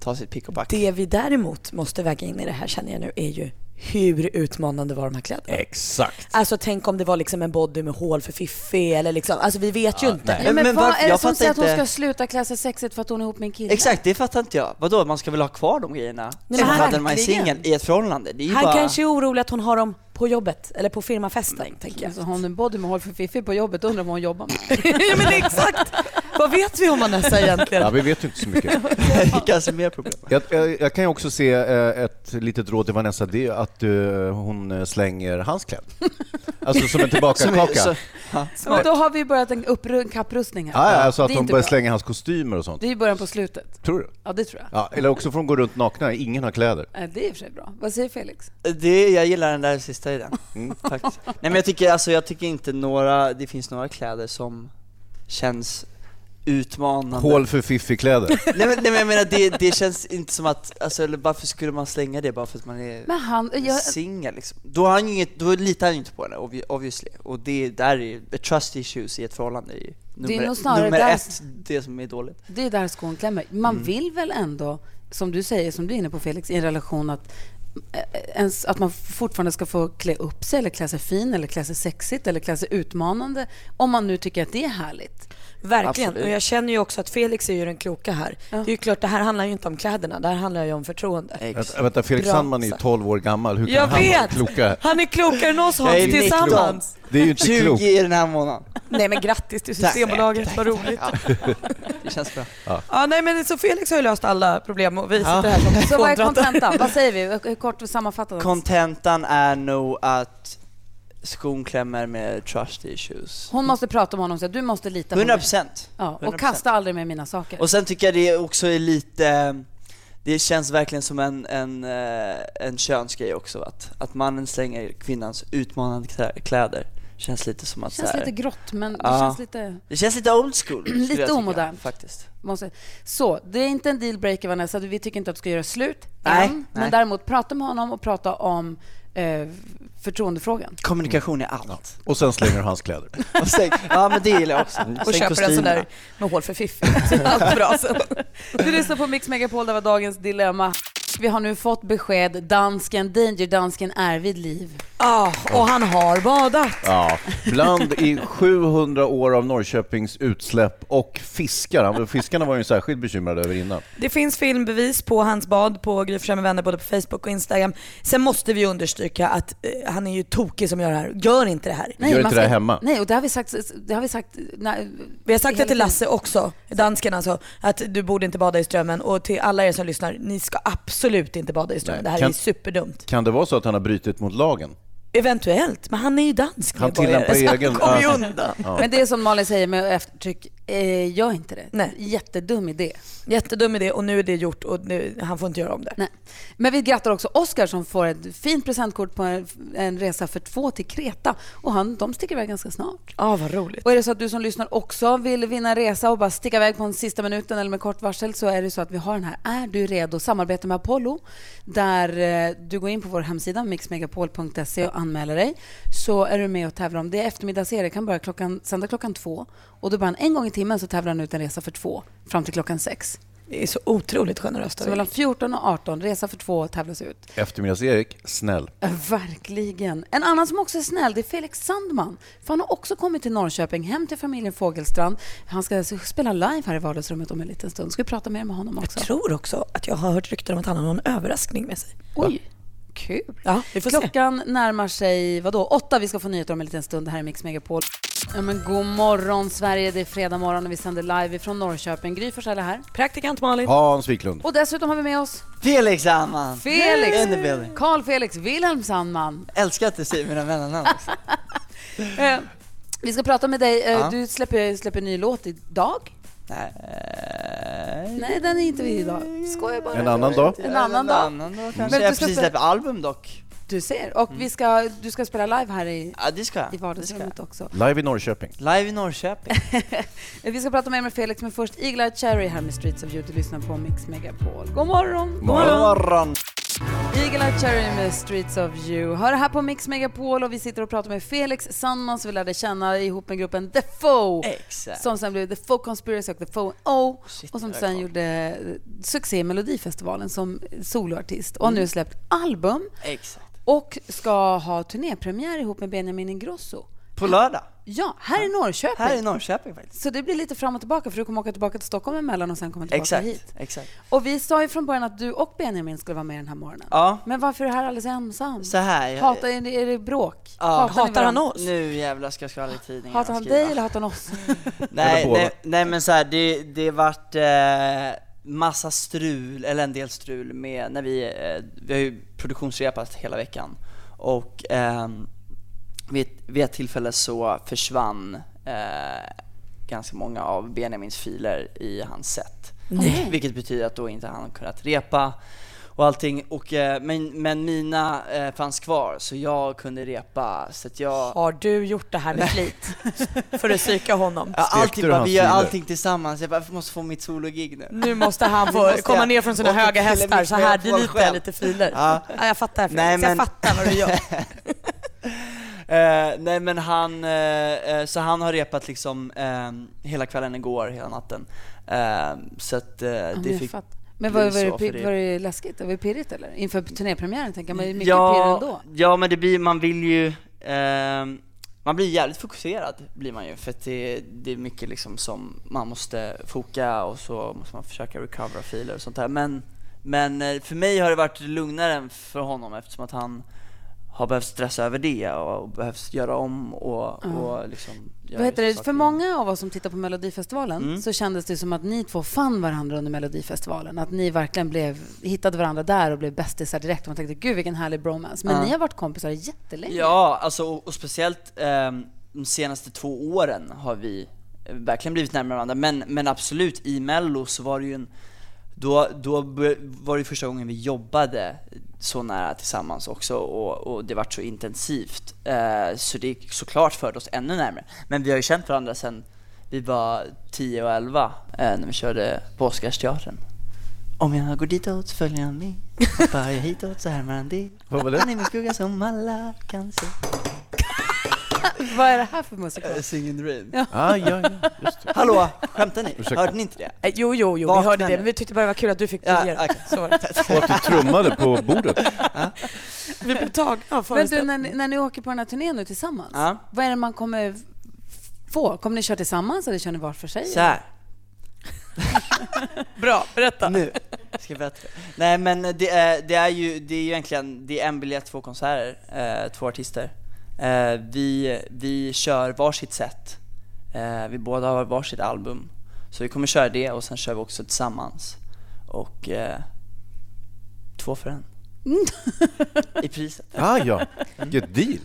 Speaker 11: ta sitt pick och pack.
Speaker 3: Det vi däremot måste väga in i det här känner jag nu är ju hur utmanande var de här kläderna?
Speaker 4: Exakt.
Speaker 3: Alltså tänk om det var liksom en body med hål för fiffi eller liksom, alltså vi vet ju inte.
Speaker 2: Ja, men,
Speaker 11: Men
Speaker 2: vad
Speaker 11: varför-
Speaker 2: är det
Speaker 11: jag
Speaker 2: som
Speaker 11: fattar
Speaker 2: säger att hon
Speaker 11: inte-
Speaker 2: ska sluta klä sig sexigt för att hon är ihop med en kille?
Speaker 11: Exakt, det fattar inte jag. Vadå, man ska väl ha kvar de grejerna?
Speaker 3: men
Speaker 11: Som hade
Speaker 3: verkligen.
Speaker 11: man är singel i ett förhållande. Det är ju
Speaker 3: Han
Speaker 11: bara...
Speaker 10: <laughs>
Speaker 3: kanske är orolig att hon har dem på jobbet eller på firmafesten tänker jag.
Speaker 2: Alltså, har hon en body med hål för fiffi på jobbet undrar vad hon jobbar med.
Speaker 3: ja, men exakt! Vad vet vi om Vanessa egentligen?
Speaker 4: Ja, vi vet ju inte så mycket.
Speaker 11: kanske mer problem.
Speaker 4: Jag, jag, jag kan ju också se eh, ett litet råd till Vanessa, det är att eh, hon eh, slänger hans kläder. Alltså som en
Speaker 11: Som-
Speaker 4: tillbakakaka.
Speaker 11: så-
Speaker 2: Men då har vi börjat en, uppru- en kapprustning här.
Speaker 4: Ja, ja, alltså att
Speaker 2: Det är
Speaker 4: de
Speaker 2: inte
Speaker 4: börjar
Speaker 2: bra.
Speaker 4: slänga hans kostymer och sånt.
Speaker 2: Det är ju början på slutet.
Speaker 4: Tror du?
Speaker 2: Ja, det tror jag.
Speaker 4: Ja, eller också får de gå runt nakna, ingen har kläder.
Speaker 2: Eh, Det är i och för sig bra. Vad säger Felix?
Speaker 10: Det, jag gillar den där sista idén. <laughs> Faktiskt. Nej men jag tycker, alltså, jag tycker inte några, det finns några kläder som känns utmanande.
Speaker 4: Hål för fiffig-kläder.
Speaker 10: nej, men, nej men jag menar det, det känns inte som att, alltså, eller varför skulle man slänga det bara för att man är
Speaker 2: Men han... Jag,
Speaker 10: singel liksom? Då, har han ju inget, då litar han ju inte på henne obvi- obviously. Och det där är ju, trust issues i ett förhållande är ju
Speaker 2: är
Speaker 10: nummer,
Speaker 2: nog snarare
Speaker 10: nummer
Speaker 2: där-
Speaker 10: ett, det som är dåligt.
Speaker 2: det är där skon klämmer. Man
Speaker 4: Mm.
Speaker 2: vill väl ändå, som du säger, som du är inne på Felix, i en relation att eh, ens, att man fortfarande ska få klä upp sig eller klä sig fin eller klä sig sexigt eller klä sig utmanande om man nu tycker att det är härligt.
Speaker 3: Verkligen.
Speaker 10: Absolut.
Speaker 3: Och jag känner ju också att Felix är ju den kloka här. Det är ju klart, det här handlar ju inte om kläderna, det här handlar ju om förtroende.
Speaker 4: Vänta, vänta, Felix
Speaker 3: Bra
Speaker 4: Sandman är ju
Speaker 3: sagt.
Speaker 4: 12 år gammal, hur kan
Speaker 3: Jag
Speaker 4: han vara
Speaker 3: vet!
Speaker 4: klokare?
Speaker 3: Han är klokare än oss Hans,
Speaker 10: Jag är mycket
Speaker 3: tillsammans.
Speaker 4: Det är ju inte
Speaker 10: 20
Speaker 4: klokt.
Speaker 10: i den här månaden.
Speaker 2: <laughs>
Speaker 3: Nej men grattis till Systembolaget, vad roligt.
Speaker 2: <laughs>
Speaker 10: Det känns bra.
Speaker 3: Ja, nej men så Felix har ju löst alla problem och vi sitter
Speaker 10: Ja.
Speaker 3: här som
Speaker 2: Så vad är
Speaker 3: kontra-
Speaker 2: kontentan? Vad
Speaker 4: <laughs>
Speaker 2: säger vi? Hur Kort sammanfattat.
Speaker 10: Kontentan är nog att skon klämmer med trust issues.
Speaker 2: Hon måste prata med honom och säga du måste lita på
Speaker 10: 100
Speaker 2: mig.
Speaker 10: procent.
Speaker 2: Ja, och kasta aldrig med mina saker.
Speaker 10: Och sen tycker jag det också är lite, det känns verkligen som en, en, eh, en könsgrej också att, att mannen slänger kvinnans utmanande klä- kläder. Känns lite som att
Speaker 2: Det känns
Speaker 10: så här,
Speaker 2: lite grått, men det
Speaker 10: Ja.
Speaker 2: känns lite...
Speaker 10: det känns lite old
Speaker 2: <clears throat>
Speaker 10: school. skulle
Speaker 2: Lite
Speaker 10: jag tycka,
Speaker 2: omodernt.
Speaker 10: Faktiskt.
Speaker 3: Mm.
Speaker 2: Måste. Så, det är inte en dealbreaker Vanessa, vi tycker inte att du ska göra slut
Speaker 10: Nej,
Speaker 2: än. Men
Speaker 10: nej.
Speaker 2: däremot prata med honom och prata om eh, förtroendefrågan.
Speaker 10: Kommunikation är allt.
Speaker 4: Och sen slänger du hans kläder.
Speaker 10: Och sen, ja men det gillar jag också.
Speaker 3: <laughs> och
Speaker 10: Sen
Speaker 3: köper en sån
Speaker 10: kostymerna.
Speaker 3: där med hål för fiffigt. Så är Allt bra <laughs> sen.
Speaker 2: Du lyssnar på Mix Megapol, det var dagens dilemma. Vi har nu fått besked, dansken, danger dansken är vid liv.
Speaker 3: Ja, Ah, och han har badat.
Speaker 4: Ja, bland i 700 år av Norrköpings utsläpp och fiskar. Han- Fiskarna var ju särskilt bekymrade över innan.
Speaker 3: Det finns filmbevis på hans bad på Gry Forssell med vänner både på Facebook och Instagram. Sen måste vi understryka att eh, han är ju tokig som gör det här. Gör inte det här.
Speaker 4: Gör inte
Speaker 2: man
Speaker 4: det här hemma.
Speaker 2: Nej, och det har vi sagt... Det har vi sagt nej,
Speaker 3: Vi har
Speaker 2: hela
Speaker 3: sagt det till
Speaker 2: tiden.
Speaker 3: Lasse också, dansken alltså, att du borde inte bada i strömmen. Och till alla er som lyssnar, ni ska absolut inte bada i strömmen.
Speaker 4: Nej,
Speaker 3: det här
Speaker 4: kan-
Speaker 3: är superdumt.
Speaker 4: Kan det vara så att han har brutit mot lagen?
Speaker 3: Eventuellt, men han är ju dansk
Speaker 4: Han tillämpar
Speaker 3: medborgare, så
Speaker 4: egen-
Speaker 3: Han kommer ju
Speaker 4: ja.
Speaker 3: undan.
Speaker 2: Men det är som Malin säger med eftertryck, eh, gör inte det.
Speaker 3: Nej.
Speaker 2: Jättedum idé.
Speaker 3: Jättedum idé och nu är det gjort och nu, han får inte göra om det.
Speaker 2: Nej. Men vi grattar också Oscar som får ett fint presentkort på en, en resa för två till Kreta. Och han, de sticker iväg ganska snart.
Speaker 3: Ja, vad roligt.
Speaker 2: Och är det så att du som lyssnar också vill vinna en resa och bara sticka iväg på en sista minuten eller med kort varsel så är det så att vi har den här Är du redo? Samarbete med Apollo där eh, du går in på vår hemsida mixmegapol.se och anmäler dig så är du med och tävlar om det. är Eftermiddagsserie kan börja klockan, sända klockan två och då bara en gång i timmen så tävlar han ut en resa för två fram till klockan sex.
Speaker 3: Det är så otroligt generöst av
Speaker 2: Så
Speaker 3: er.
Speaker 2: mellan 14 och 18, resa för två tävlas ut.
Speaker 4: Eftermiddags-Erik, snäll.
Speaker 2: Verkligen. En annan som också är snäll det är Felix Sandman. För han har också kommit till Norrköping, hem till familjen Fågelstrand. Han ska alltså spela live här i vardagsrummet om en liten stund. Ska vi prata mer med honom också?
Speaker 3: Jag tror också att jag har hört rykten om att han har någon överraskning med sig.
Speaker 2: Oj, kul.
Speaker 3: Ja, vi får se.
Speaker 2: Klockan närmar sig vadå, åtta. Vi ska få nyheter om en liten stund. Det här är Mix Megapol. Ja, men god morgon, Sverige. Det är fredag morgon och vi sänder live från Norrköping. Gry Forssell är här.
Speaker 3: Praktikant Malin.
Speaker 4: Hans Wiklund.
Speaker 2: Och dessutom har vi med oss
Speaker 10: Felix Sandman!
Speaker 2: Felix!
Speaker 10: In the building.
Speaker 2: Carl Felix Wilhelm Sandman.
Speaker 10: Älskar att du säger mina mellannamn också.
Speaker 2: Eh, vi ska prata med dig. Eh,
Speaker 10: Ja.
Speaker 2: Du släpper, släpper ny låt idag.
Speaker 10: Nej.
Speaker 2: Nej, den är inte vi idag. Skojar bara.
Speaker 4: En annan dag?
Speaker 2: En annan dag.
Speaker 10: annan dag
Speaker 2: Men
Speaker 10: kanske.
Speaker 2: du
Speaker 10: jag
Speaker 2: ska
Speaker 10: precis
Speaker 2: spela-
Speaker 10: släppt album dock.
Speaker 2: Du ser. Och vi ska, du ska spela live här i,
Speaker 10: Ja det ska jag.
Speaker 2: i
Speaker 10: Det ska jag.
Speaker 2: vardagsrummet också.
Speaker 4: Live i Norrköping.
Speaker 10: Live i Norrköpig.
Speaker 2: Eh, Vi ska prata mer med Felix, men först Eagle-Eye Cherry här med Streets of You. Du lyssnar på Mix Megapol. God morgon!
Speaker 10: Morgon!
Speaker 2: Eagle-Eye Cherry med Streets of You. Hör det här på Mix Megapol och vi sitter och pratar med Felix Sandman som vi lärde känna ihop med gruppen The Foe.
Speaker 10: Exakt.
Speaker 2: Som sen blev The Foe Conspiracy och The Foe O.
Speaker 10: Shit,
Speaker 2: och som
Speaker 10: det är
Speaker 2: sen
Speaker 10: klart.
Speaker 2: gjorde succé i Melodifestivalen som soloartist. Och
Speaker 10: Mm.
Speaker 2: nu släppt album
Speaker 10: Exakt.
Speaker 2: och ska ha turnépremiär ihop med Benjamin Ingrosso.
Speaker 10: På lördag.
Speaker 2: Ja, här i Norrköping.
Speaker 10: Här i Norrköping faktiskt.
Speaker 2: Så det blir lite fram och tillbaka för du kommer åka tillbaka till Stockholm emellan och sen komma tillbaka hit.
Speaker 10: Exakt. Exakt.
Speaker 2: Och vi sa ju från början att du och Benjamin skulle vara med den här morgonen.
Speaker 10: Ja.
Speaker 2: Men varför är du här alldeles ensam?
Speaker 10: Så här. jag-
Speaker 2: Hatar, är, det, är det bråk?
Speaker 10: Ja.
Speaker 2: ni
Speaker 3: Hatar han
Speaker 2: varandra?
Speaker 3: oss?
Speaker 10: Nu jävlar ska jag skvallra i tidningen.
Speaker 2: Hatar han
Speaker 10: och skriva.
Speaker 2: dig eller hatar han
Speaker 10: <laughs>
Speaker 2: oss?
Speaker 10: Nej,
Speaker 4: Eller båda.
Speaker 10: nej, nej men så här, det, det vart eh, massa strul, eller en del strul med när vi, eh, vi har ju produktionsrepat hela veckan och ehm, vid, vid ett tillfälle så försvann eh, ganska många av Benjamins filer i hans set.
Speaker 11: Nej.
Speaker 10: Vilket betyder att då inte han kunnat repa och allting. Och, eh, men, men mina eh, fanns kvar så jag kunde repa. Så att jag...
Speaker 3: Har du gjort det här med flit? För att psyka honom?
Speaker 10: Ja, allting, bara, vi gör allting tillsammans. Jag bara, jag måste få mitt sologig nu.
Speaker 3: Nu måste han få
Speaker 10: Måste
Speaker 3: komma
Speaker 10: jag.
Speaker 3: ner från sina
Speaker 10: Och
Speaker 3: höga
Speaker 10: till
Speaker 3: hästar
Speaker 10: mitt
Speaker 3: så här,
Speaker 10: med på en
Speaker 3: dit är
Speaker 10: skärm.
Speaker 3: lite filer.
Speaker 10: Ja.
Speaker 3: Ja, jag fattar
Speaker 10: Nej,
Speaker 3: Felix, jag
Speaker 10: men-
Speaker 3: fattar <laughs> vad du gör.
Speaker 10: <laughs> Eh, nej men han, eh, eh, så han har repat liksom eh, hela kvällen igår, hela natten. Eh, så att eh,
Speaker 2: men
Speaker 10: det
Speaker 2: jag
Speaker 10: fick
Speaker 2: fattar. Men
Speaker 10: bli
Speaker 2: var, var,
Speaker 10: så
Speaker 2: det,
Speaker 10: för
Speaker 2: pi- var det läskigt? Var det pirrigt eller? Inför turnépremiären tänker jag, men det är mycket pirr ändå.
Speaker 10: ja, ja men det blir, man vill ju, ehm, man blir jävligt fokuserad blir man ju för att det, det är mycket liksom som man måste foka och så måste man försöka recovera filer och sånt där. Men, men eh, för mig har det varit lugnare än för honom eftersom att han har behövt stressa över det och, och behövt göra om och,
Speaker 2: Ja.
Speaker 10: och liksom
Speaker 2: Vad heter det? För många av oss som tittar på Melodifestivalen
Speaker 10: Mm.
Speaker 2: så kändes det som att ni två fann varandra under Melodifestivalen. Att ni verkligen blev, hittade varandra där och blev bästisar direkt. Och man tänkte, gud vilken härlig bromance. Men
Speaker 10: Ja.
Speaker 2: ni har varit kompisar jättelänge.
Speaker 10: Ja, alltså, och, och speciellt ehm, de senaste två åren har vi eh, verkligen blivit närmare varandra. Men, men absolut, i Mello så var det ju en... Då, då bör- var det första gången vi jobbade så nära tillsammans också och, och det vart så intensivt. Eh, så det såklart förde oss ännu närmare. Men vi har ju känt varandra sedan vi var 10 och 11 eh, när vi körde på Oscarsteatern. Om jag går ditåt följer han med. Hoppar jag hitåt så härmar han det.
Speaker 11: Vad var det?
Speaker 10: Han är min skugga som alla kan se.
Speaker 2: <laughs> Vad är det här för musik?
Speaker 10: Sing in Eh, the rain.
Speaker 2: Ja.
Speaker 4: Ah, ja, ja,
Speaker 10: just det. Hallå, skämtar ni?
Speaker 4: Ursäkta.
Speaker 10: Hörde ni inte det?
Speaker 3: Eh, Jo, jo, jo, vi
Speaker 10: Vakna
Speaker 3: hörde det,
Speaker 10: nu.
Speaker 3: men vi tyckte bara det var kul att du fick
Speaker 10: Ja,
Speaker 3: pirr.
Speaker 10: okej.
Speaker 3: Så var det.
Speaker 4: Och att du trummade på bordet.
Speaker 3: Vi blev tagna av
Speaker 2: Men du,
Speaker 3: föreställningen.
Speaker 2: när, ni- när ni åker på den här turnén nu tillsammans,
Speaker 10: Ja.
Speaker 2: vad är det man kommer få? Kommer ni köra tillsammans eller kör ni var för sig?
Speaker 10: Så här.
Speaker 3: <laughs> Bra, berätta.
Speaker 10: Nu. Ska jag berätta. Nej men det är, det är ju det är ju egentligen det är en biljett, två konserter, eh, två artister. Eh, vi, vi kör varsitt set. Eh, vi båda har varsitt album. Så vi kommer köra det och sen kör vi också tillsammans. Och eh, två för en.
Speaker 3: Mm.
Speaker 10: I priset.
Speaker 3: <laughs>
Speaker 4: Ah, ja, vilket deal.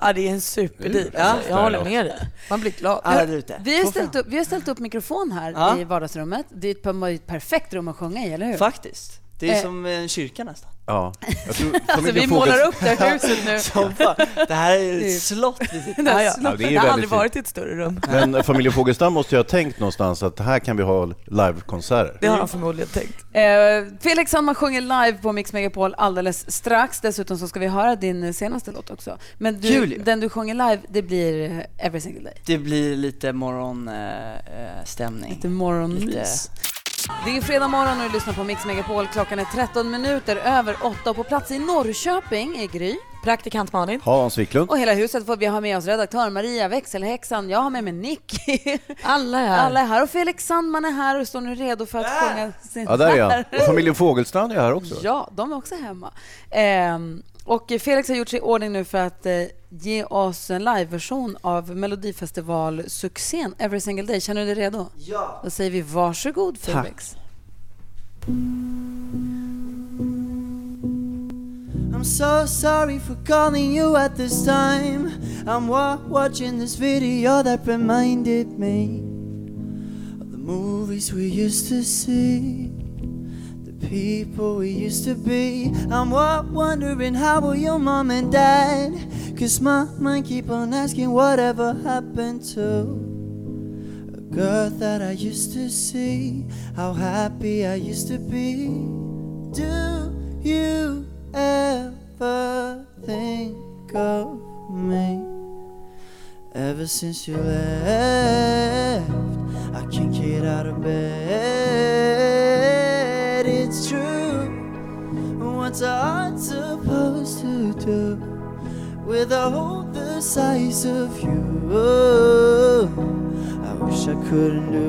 Speaker 3: Ja, det är en superdeal.
Speaker 4: Det är
Speaker 3: Ja,
Speaker 4: precis
Speaker 3: jag
Speaker 4: där
Speaker 3: håller
Speaker 4: också.
Speaker 3: med dig. Man blir glad.
Speaker 10: Alla där ute.
Speaker 2: Vi har,
Speaker 10: Två för en.
Speaker 2: ställt upp, vi har ställt upp mikrofon här
Speaker 10: Ja.
Speaker 2: i vardagsrummet. Det är ett, per- ett perfekt rum att sjunga i, eller hur?
Speaker 10: Faktiskt. Det är
Speaker 2: Eh.
Speaker 10: som en kyrka nästan.
Speaker 4: Ja. Jag tror, alltså,
Speaker 2: upp det här huset nu.
Speaker 10: <laughs> Som fan, det här är
Speaker 2: Det är-
Speaker 10: ett slott vi sitter i.
Speaker 3: Ja, Mm. ja.
Speaker 4: Ja, det är ju
Speaker 3: jag har
Speaker 4: väldigt
Speaker 3: aldrig
Speaker 4: fint.
Speaker 3: varit i ett större rum.
Speaker 4: Men eh, familjen Fogelstam måste ju ha tänkt någonstans att här kan vi ha livekonserter.
Speaker 3: Det har de förmodligen tänkt.
Speaker 2: Eh, Felix Sandman sjunger live på Mix Megapol alldeles strax. Dessutom så ska vi höra din senaste låt också. Men du,
Speaker 10: Kul ju.
Speaker 2: den du sjunger live, det blir Every Single Day.
Speaker 10: Det blir lite eh, morgonstämning.
Speaker 2: Lite morgonmys. Det är fredag morgon och du lyssnar på Mix Megapol. Klockan är 13 minuter över 8 och på plats i Norrköping är Gry.
Speaker 3: Praktikant Malin.
Speaker 4: Hans Wiklund.
Speaker 2: Och hela huset får vi ha med oss redaktör Maria, växelhäxan, jag har med mig Nicky.
Speaker 3: Alla är här. Äh!
Speaker 2: Alla är här och Felix Sandman är här och står nu redo för att sjunga sin
Speaker 4: Ja, där är han. Och familjen Fogelstrand är här också.
Speaker 2: Ja, de är också hemma. Ehm, och Felix har gjort sig i ordning nu för att eh, ge oss en liveversion av Melodifestival-succén Every single day. Känner du dig redo?
Speaker 10: Ja.
Speaker 2: Då säger vi varsågod Felix.
Speaker 10: I'm so sorry for calling you at this time. I'm wa- watching this video that reminded me of the movies we used to see, the people we used to be. I'm wa- wondering how were your mom and dad? Cause my mind keep on asking whatever happened to a girl that I used to see, how happy I used to be. Do you ever think of me? Ever since you left, I can't get out of bed. It's true. What's I supposed to do with a hole the size of you? I wish I couldn't do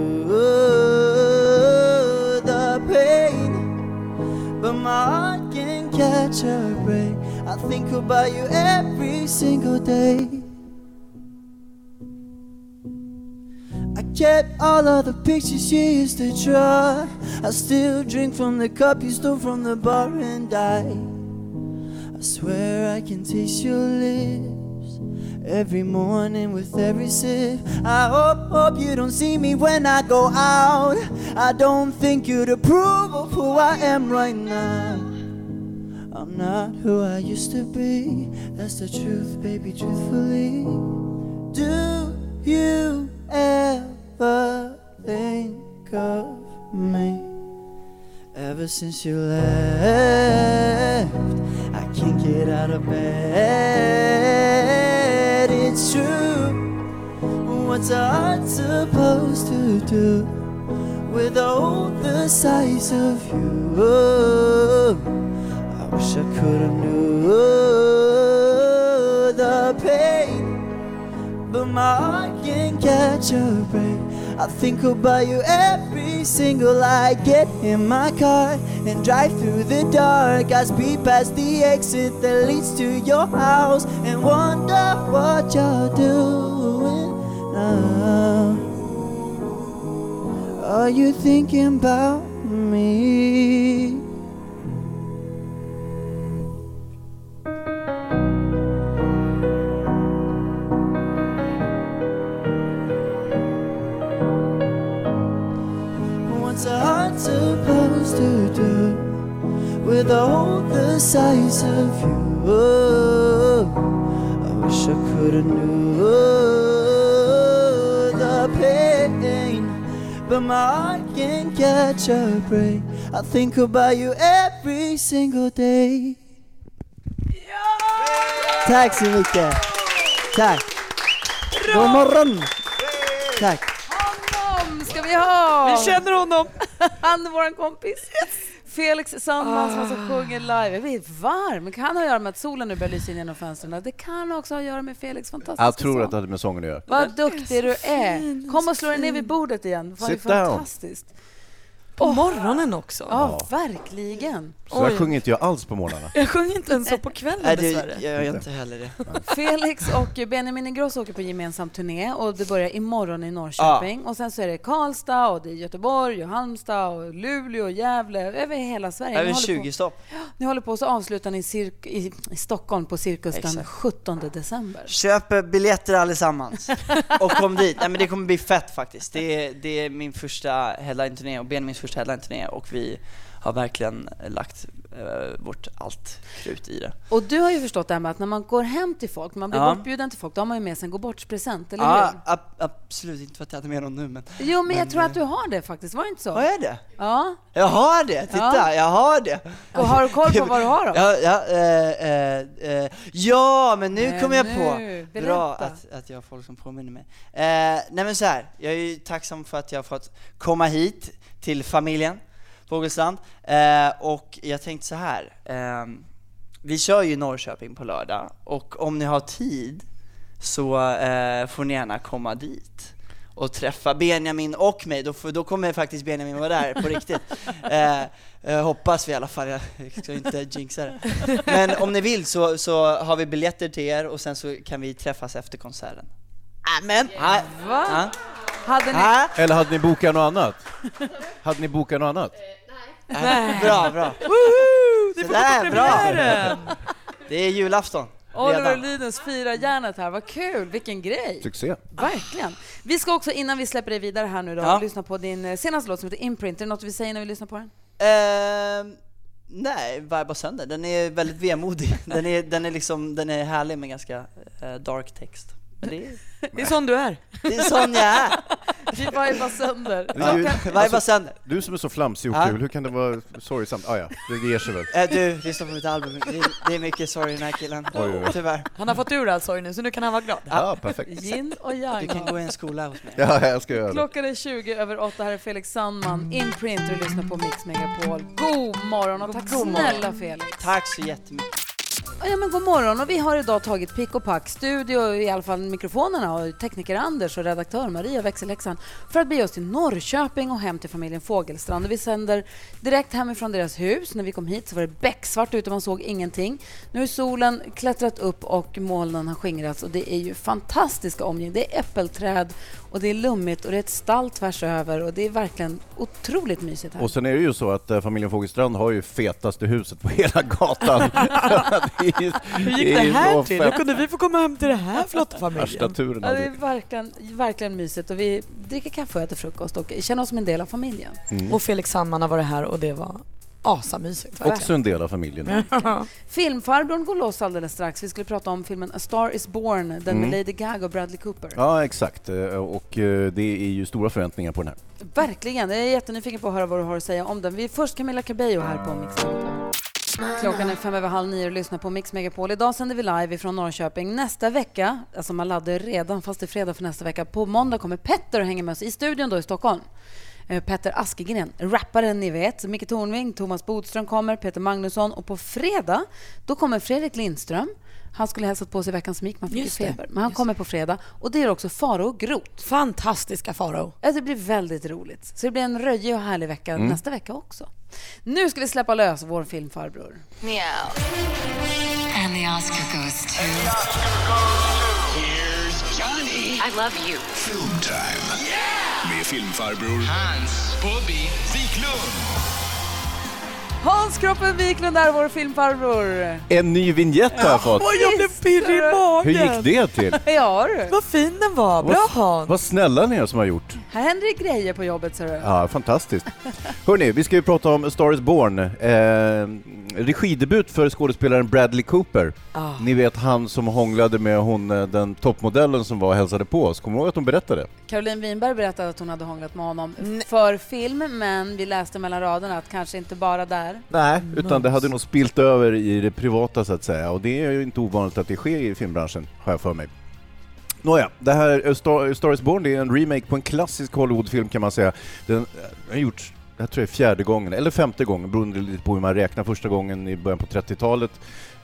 Speaker 10: the pain but my heart can catch a break. I think about you every single day. I kept all of the pictures you used to draw. I still drink from the cup you stole from the bar and die. I swear I can taste your lips
Speaker 11: every morning with every sip. I hope, hope you don't see me when I go out. I don't think you'd approve of who I am right now. I'm not who I used to be. That's the truth, baby, truthfully. Do you ever think of me? Ever since you left, I can't get out of bed. It's true. What's a heart supposed to do with all the size of you? I wish I could have knew the pain, but my heart can't catch a break. I think about you every single light. Get in my car and drive through the dark. I speed past the exit that leads to your house and wonder what you're doing now. Are you thinking about me? What's a heart supposed to do with all the size of you? I wish I coulda knew the pain, but my heart can't catch a break. I think about you every single day. Tack så mycket. Tack. God morgon. Tack.
Speaker 2: Honom ska vi ha!
Speaker 3: Vi känner honom.
Speaker 2: <laughs> Han är vår kompis. Felix Sandman som
Speaker 4: Ah.
Speaker 2: alltså sjunger live. Jag blir varm. Det kan ha att göra med att solen nu börjar lysa in genom fönstren. Det kan också ha att göra med Felix fantastiska
Speaker 4: Jag tror
Speaker 2: sång.
Speaker 4: att det hade med sången att göra.
Speaker 2: Vad duktig du är. Kom och slå dig ner vid bordet igen. Fan, Det är
Speaker 4: Sit down.
Speaker 2: fantastiskt.
Speaker 3: På morgonen också.
Speaker 2: Ja, verkligen.
Speaker 4: Så där
Speaker 2: Oj.
Speaker 4: sjunger inte jag alls på morgnarna.
Speaker 3: Jag sjunger inte ens så på kvällen
Speaker 2: Nej, det-
Speaker 3: dessvärre.
Speaker 2: jag gör inte
Speaker 10: heller det.
Speaker 2: Felix och Benjamin Ingrosso åker på gemensam turné och det börjar imorgon i Norrköping. Och sen så är det Karlstad och det är Göteborg och Halmstad och Luleå och Gävle. Över hela Sverige.
Speaker 10: Över
Speaker 2: Ni håller på-
Speaker 10: 20 stopp.
Speaker 2: Ni håller på att avsluta i, cirk- i, i Stockholm på Cirkus den
Speaker 10: Exakt.
Speaker 2: 17 december.
Speaker 10: Köp eh,
Speaker 2: <laughs>
Speaker 10: biljetter allesammans och kom dit. Nej men det kommer bli fett faktiskt. Det är, det är min första headline-turné och Benjamins första headline-turné och vi har verkligen lagt eh, vårt allt krut i det.
Speaker 2: Och du har ju förstått det här med att när man går hem till folk, när man blir
Speaker 10: Ja.
Speaker 2: bortbjuden till folk, då har man ju med sig en gå bort-present, eller
Speaker 10: Ja,
Speaker 2: hur?
Speaker 10: Ah, ab- absolut inte för att jag hade med någon nu men...
Speaker 2: Jo, men, jag tror att du har det faktiskt. Var det inte så?
Speaker 10: Har jag det?
Speaker 2: Ja.
Speaker 10: Jag har det! Titta,
Speaker 2: Ja.
Speaker 10: jag har det!
Speaker 2: Och har du koll på vad du har då?
Speaker 10: Ja, ja, eh, eh, eh, ja men nu
Speaker 2: Men
Speaker 10: kommer jag
Speaker 2: nu,
Speaker 10: på! Bra
Speaker 2: berätta.
Speaker 10: att, att jag har folk som påminner mig. Eh, nej men så här, jag är ju tacksam för att jag har fått komma hit till familjen Vogelsland. Eh, och jag tänkte så här. ehm, vi kör ju Norrköping på lördag och om ni har tid så eh, får ni gärna komma dit och träffa Benjamin och mig. Då, får, då kommer faktiskt Benjamin vara där på riktigt. Eh, eh, hoppas vi i alla fall, jag ska ju inte jinxa det. Men om ni vill så, så har vi biljetter till er och sen så kan vi träffas efter konserten. Amen! Ha,
Speaker 2: Va?
Speaker 10: Ja.
Speaker 2: Hade ni...
Speaker 10: Ha.
Speaker 4: <laughs> Eller hade ni bokat något annat? Hade ni bokat något annat?
Speaker 10: Nej. Bra, bra.
Speaker 2: Det
Speaker 10: Sådär, bra! Det är julafton.
Speaker 2: Oliver
Speaker 10: redan.
Speaker 2: Lydens firar järnet här. Vad kul! Vilken grej!
Speaker 4: Succé.
Speaker 2: Verkligen. Vi ska också, innan vi släpper dig vidare här nu då,
Speaker 10: Ja.
Speaker 2: lyssna på din eh, senaste låt som heter Imprint. Är det något vi säger när vi lyssnar på den?
Speaker 10: Ehm, nej, Vibe sönder. Den är väldigt vemodig. Den är, den är, liksom, den är härlig med ganska eh, dark text. Men det, är-
Speaker 3: <laughs> Det är sån du är.
Speaker 10: det är sån jag är.
Speaker 2: Vi vibar sönder.
Speaker 4: Det är ju-
Speaker 10: Vibe sönder.
Speaker 4: Du som är så flamsig och
Speaker 3: Ah.
Speaker 10: Ja.
Speaker 4: kul, hur kan det vara sorgsamt? Ah, ja, det ger sig väl.
Speaker 10: Eh, du, lyssna på mitt album. Det är, det är mycket sorg i den här killen.
Speaker 4: Oj, oj, oj.
Speaker 10: Tyvärr.
Speaker 3: Han har fått ur all sorg nu så nu kan han vara glad.
Speaker 4: Ja, Ah, perfekt.
Speaker 2: Gin och
Speaker 10: Du
Speaker 2: yang.
Speaker 10: kan gå i en skola hos mig.
Speaker 4: Ja, jag ska göra det.
Speaker 2: Klockan är 20 över 8. Här är Felix Sandman, Imprint, och du lyssnar på Mix Megapol. God morgon och tack snälla Felix.
Speaker 10: Tack så jättemycket.
Speaker 2: Ja, men god morgon. Och vi har idag tagit pick och pack, studio, i alla fall mikrofonerna och tekniker Anders och redaktör Maria växelhäxan för att bege oss till Norrköping och hem till familjen Fogelstrand. Och vi sänder direkt hemifrån deras hus. När vi kom hit så var det becksvart ute, man såg ingenting. Nu har solen klättrat upp och molnen har skingrats och det är ju fantastiska omgivningar. Det är äppelträd och det är lummigt och det är ett stall tvärs över och det är verkligen otroligt mysigt här.
Speaker 3: <laughs>
Speaker 4: Och sen är det ju så att eh, familjen Fogelstrand har ju fetaste huset på hela gatan. det
Speaker 3: Hur gick det här till? Hur kunde vi få komma hem till det här
Speaker 4: Värsta
Speaker 3: flottafamiljen?
Speaker 4: turen
Speaker 2: Ja, det är
Speaker 4: aldrig.
Speaker 2: verkligen, verkligen mysigt och vi dricker kaffe och äter frukost och känner oss som en del av familjen.
Speaker 4: Mm.
Speaker 3: Och Felix Sandman har varit här och det var asamysigt.
Speaker 4: Också en del av familjen.
Speaker 3: Mm.
Speaker 2: Filmfarbrorn går loss alldeles strax. Vi skulle prata om filmen A Star Is Born, den med
Speaker 4: Mm.
Speaker 2: Lady Gaga och Bradley Cooper.
Speaker 4: Ja, exakt. Eh, Och eh, det är ju stora förväntningar på den här.
Speaker 2: Verkligen, jag är jättenyfiken på att höra vad du har att säga om den. Vi är först Camilla Cabello här på Mix Megapol. Klockan är fem över halv nio och lyssnar på Mix Megapol. Idag sänder vi live från Norrköping. Nästa vecka, alltså man laddar ju redan fast det är fredag för nästa vecka. På måndag kommer Petter och hänger med oss i studion då i Stockholm. Eh, Petter Askegren, rapparen ni vet. Micke Tornving, Thomas Bodström kommer, Peter Magnusson och på fredag då kommer Fredrik Lindström. Han skulle hälsat på oss i veckan som gick, man fick ju
Speaker 3: Just det.
Speaker 2: feber. Men han kommer på fredag och det är också Faro Grot.
Speaker 3: Fantastiska Faro.
Speaker 2: Ja, Alltså, det blir väldigt roligt. Så det blir en röjig och härlig vecka
Speaker 3: Mm.
Speaker 2: nästa vecka också. Nu ska vi släppa lös vår filmfarbror.
Speaker 7: Meow. And the Oscar goes to. Here's Johnny. I love you.
Speaker 12: Filmtime. Med filmfarbror Hans Bobby Wiklund.
Speaker 2: Hans Kroppen Wiklund är vår filmfarbror.
Speaker 4: En ny vignett har jag fått.
Speaker 3: jag blev pirrig i magen.
Speaker 4: Hur gick det till?
Speaker 2: Ja du.
Speaker 3: Vad fin den var. Bra Hans.
Speaker 4: Vad snälla ni är som har gjort.
Speaker 2: Här händer det grejer på jobbet ser du.
Speaker 4: Ja, fantastiskt. Hörni, vi ska ju prata om A Star is Born. Eh, regidebut för skådespelaren Bradley Cooper.
Speaker 3: Ah.
Speaker 4: Ni vet han som hånglade med hon, eh, den toppmodellen som var och hälsade på oss. Kommer du ihåg att hon berättade?
Speaker 2: Caroline Winberg berättade att hon hade hånglat med honom för film, men vi läste mellan raderna att kanske inte bara där.
Speaker 4: Nej. Utan det hade nog spilt över i det privata så att säga. Och det är ju inte ovanligt att det sker i filmbranschen, har jag för mig. Nåja, det här A Star, A Star is Born det är en remake på en klassisk Hollywoodfilm kan man säga. Den eh, har gjorts, jag tror det är fjärde gången, eller femte gången, beroende lite på hur man räknar. Första gången i början på 30-talet,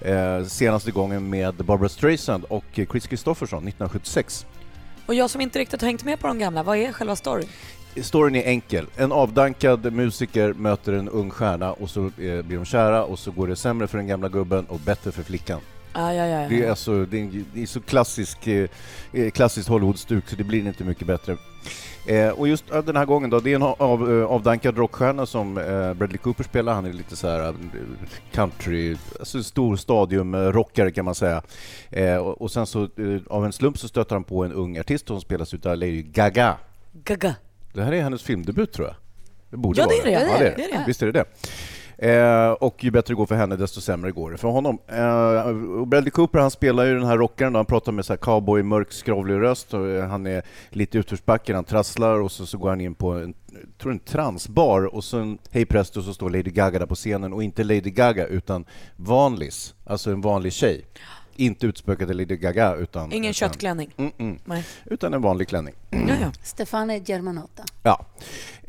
Speaker 4: eh, senaste gången med Barbara Streisand och eh, Chris Christofferson 1976.
Speaker 3: Och jag som inte riktigt har hängt med på de gamla, vad är själva storyn?
Speaker 4: Storyn är enkel. En avdankad musiker möter en ung stjärna och så eh, blir de kära och så går det sämre för den gamla gubben och bättre för flickan.
Speaker 3: Ah, ja, ja, ja.
Speaker 4: Det är, alltså, det är, en- det är så klassisk, eh, eh, klassiskt Hollywood-stuk så det blir inte mycket bättre. Eh, och just eh, den här gången då, det är en av, eh, avdankad rockstjärna som eh, Bradley Cooper spelar. Han är lite så här eh, country, alltså en stor stadiumrockare kan man säga. Eh, och, och sen så eh, av en slump så stöter han på en ung artist som spelas utav Lady Gaga.
Speaker 3: Gaga.
Speaker 4: Det här är hennes filmdebut tror jag. Det borde
Speaker 3: Ja,
Speaker 4: vara
Speaker 3: det är det.
Speaker 4: Ja, det, är det.
Speaker 3: det.
Speaker 4: Visst är det det. Eh, och ju bättre det går för henne, desto sämre går det för honom. Eh, och Bradley Cooper han spelar ju den här rockaren, då. han pratar med så här cowboy, mörk, skrovlig röst. Och eh, han är lite i utförsbacken, han trasslar och så, så går han in på en, jag tror en transbar och sen hej presto så står Lady Gaga där på scenen. Och inte Lady Gaga, utan vanlis, alltså en vanlig tjej. Inte utspökade Lady Gaga, utan...
Speaker 3: Ingen
Speaker 4: utan-
Speaker 3: köttklänning?
Speaker 4: Mm-mm.
Speaker 3: Nej.
Speaker 4: Utan en vanlig klänning.
Speaker 2: Stefane Germanotta.
Speaker 4: Ja.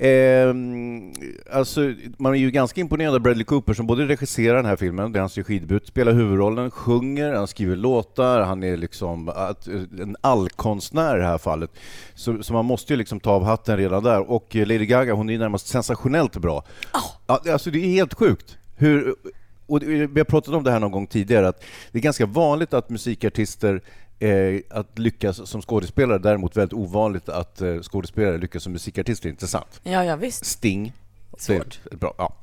Speaker 4: Ehm, alltså, man är ju ganska imponerad av Bradley Cooper som både regisserar den här filmen, det är hans regidebut, spelar huvudrollen, sjunger, han skriver låtar, han är liksom att, en allkonstnär i det här fallet. Så, så man måste ju liksom ta av hatten redan där. Och eh, Lady Gaga, hon är ju närmast sensationellt bra. Ja, alltså det är helt sjukt. Hur, och det- vi har pratat om det här någon gång tidigare, att det är ganska vanligt att musikartister Eh, att lyckas som skådespelare, däremot väldigt ovanligt att eh, skådespelare lyckas som musikartister, inte sant?
Speaker 3: Ja, ja visst.
Speaker 4: Sting. Svårt. Bra, ja.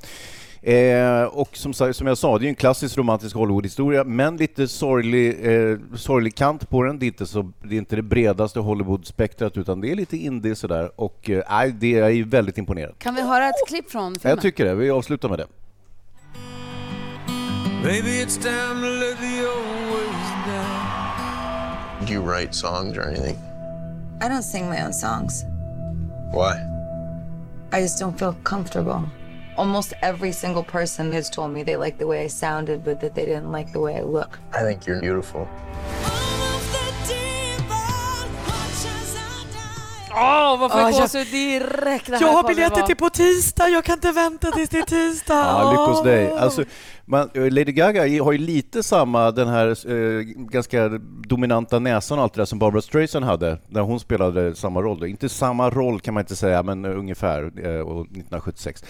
Speaker 4: Eh, och som, sa- som jag sa, det är ju en klassisk romantisk Hollywoodhistoria, men lite sorglig, eh, sorglig kant på den. Det är inte, så, det, är inte det bredaste Hollywood-spektrat, utan det är lite indie sådär. Och eh, nej, det jag är ju väldigt imponerad.
Speaker 2: Kan vi höra ett klipp från filmen?
Speaker 4: Jag tycker det. Vi avslutar med det.
Speaker 13: Maybe it's time to let the old ways die.
Speaker 14: Do you write songs or anything?
Speaker 15: I don't sing my own songs.
Speaker 14: Why?
Speaker 15: I just don't feel comfortable. Almost every single person has told me they liked the way I sounded, but that they didn't like the way I look.
Speaker 14: I think you're beautiful.
Speaker 2: Åh, vad får jag
Speaker 3: Ah, jag-
Speaker 2: gåshud direkt? Det här
Speaker 3: Jag har
Speaker 2: kommer
Speaker 3: biljetter
Speaker 2: vara-
Speaker 3: till på tisdag, jag kan inte vänta tills det är tisdag.
Speaker 4: Ja, lycka Ah, hos dig.
Speaker 3: Åh.
Speaker 4: Alltså, man, eh, Lady Gaga i- har ju lite samma, den här eh, ganska dominanta näsan och allt det där som Barbara Streisand hade när hon spelade samma roll. Då. Inte samma roll kan man inte säga, men eh, ungefär, eh, och 1976.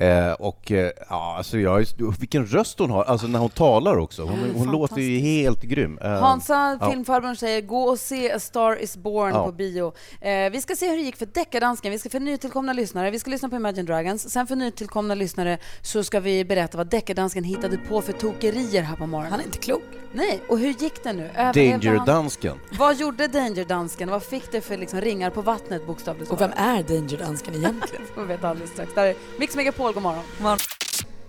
Speaker 4: Eh, och eh, ja, alltså jag, är- vilken röst hon har, alltså när hon talar också. Hon, hon låter ju helt grym. Eh,
Speaker 2: Hansa,
Speaker 4: ja.
Speaker 2: filmfarbrorn, säger gå och se A Star Is Born
Speaker 4: Ja.
Speaker 2: på bio. Eh, vi ska se hur det gick för deckardansken. Vi ska för nytillkomna lyssnare, vi ska lyssna på Imagine Dragons. Sen för nytillkomna lyssnare så ska vi berätta vad deckardansken hittade på för tokerier här på morgonen. Han är
Speaker 3: inte klok.
Speaker 2: Nej, och hur gick det nu? Överlevde han?
Speaker 4: Danger-dansken.
Speaker 2: Vad gjorde Danger-dansken? Vad fick det för liksom ringar på vattnet bokstavligt
Speaker 3: Och vem är Danger-dansken <laughs> egentligen?
Speaker 2: Vi vet alldeles strax. Där är Mix Megapol, god morgon.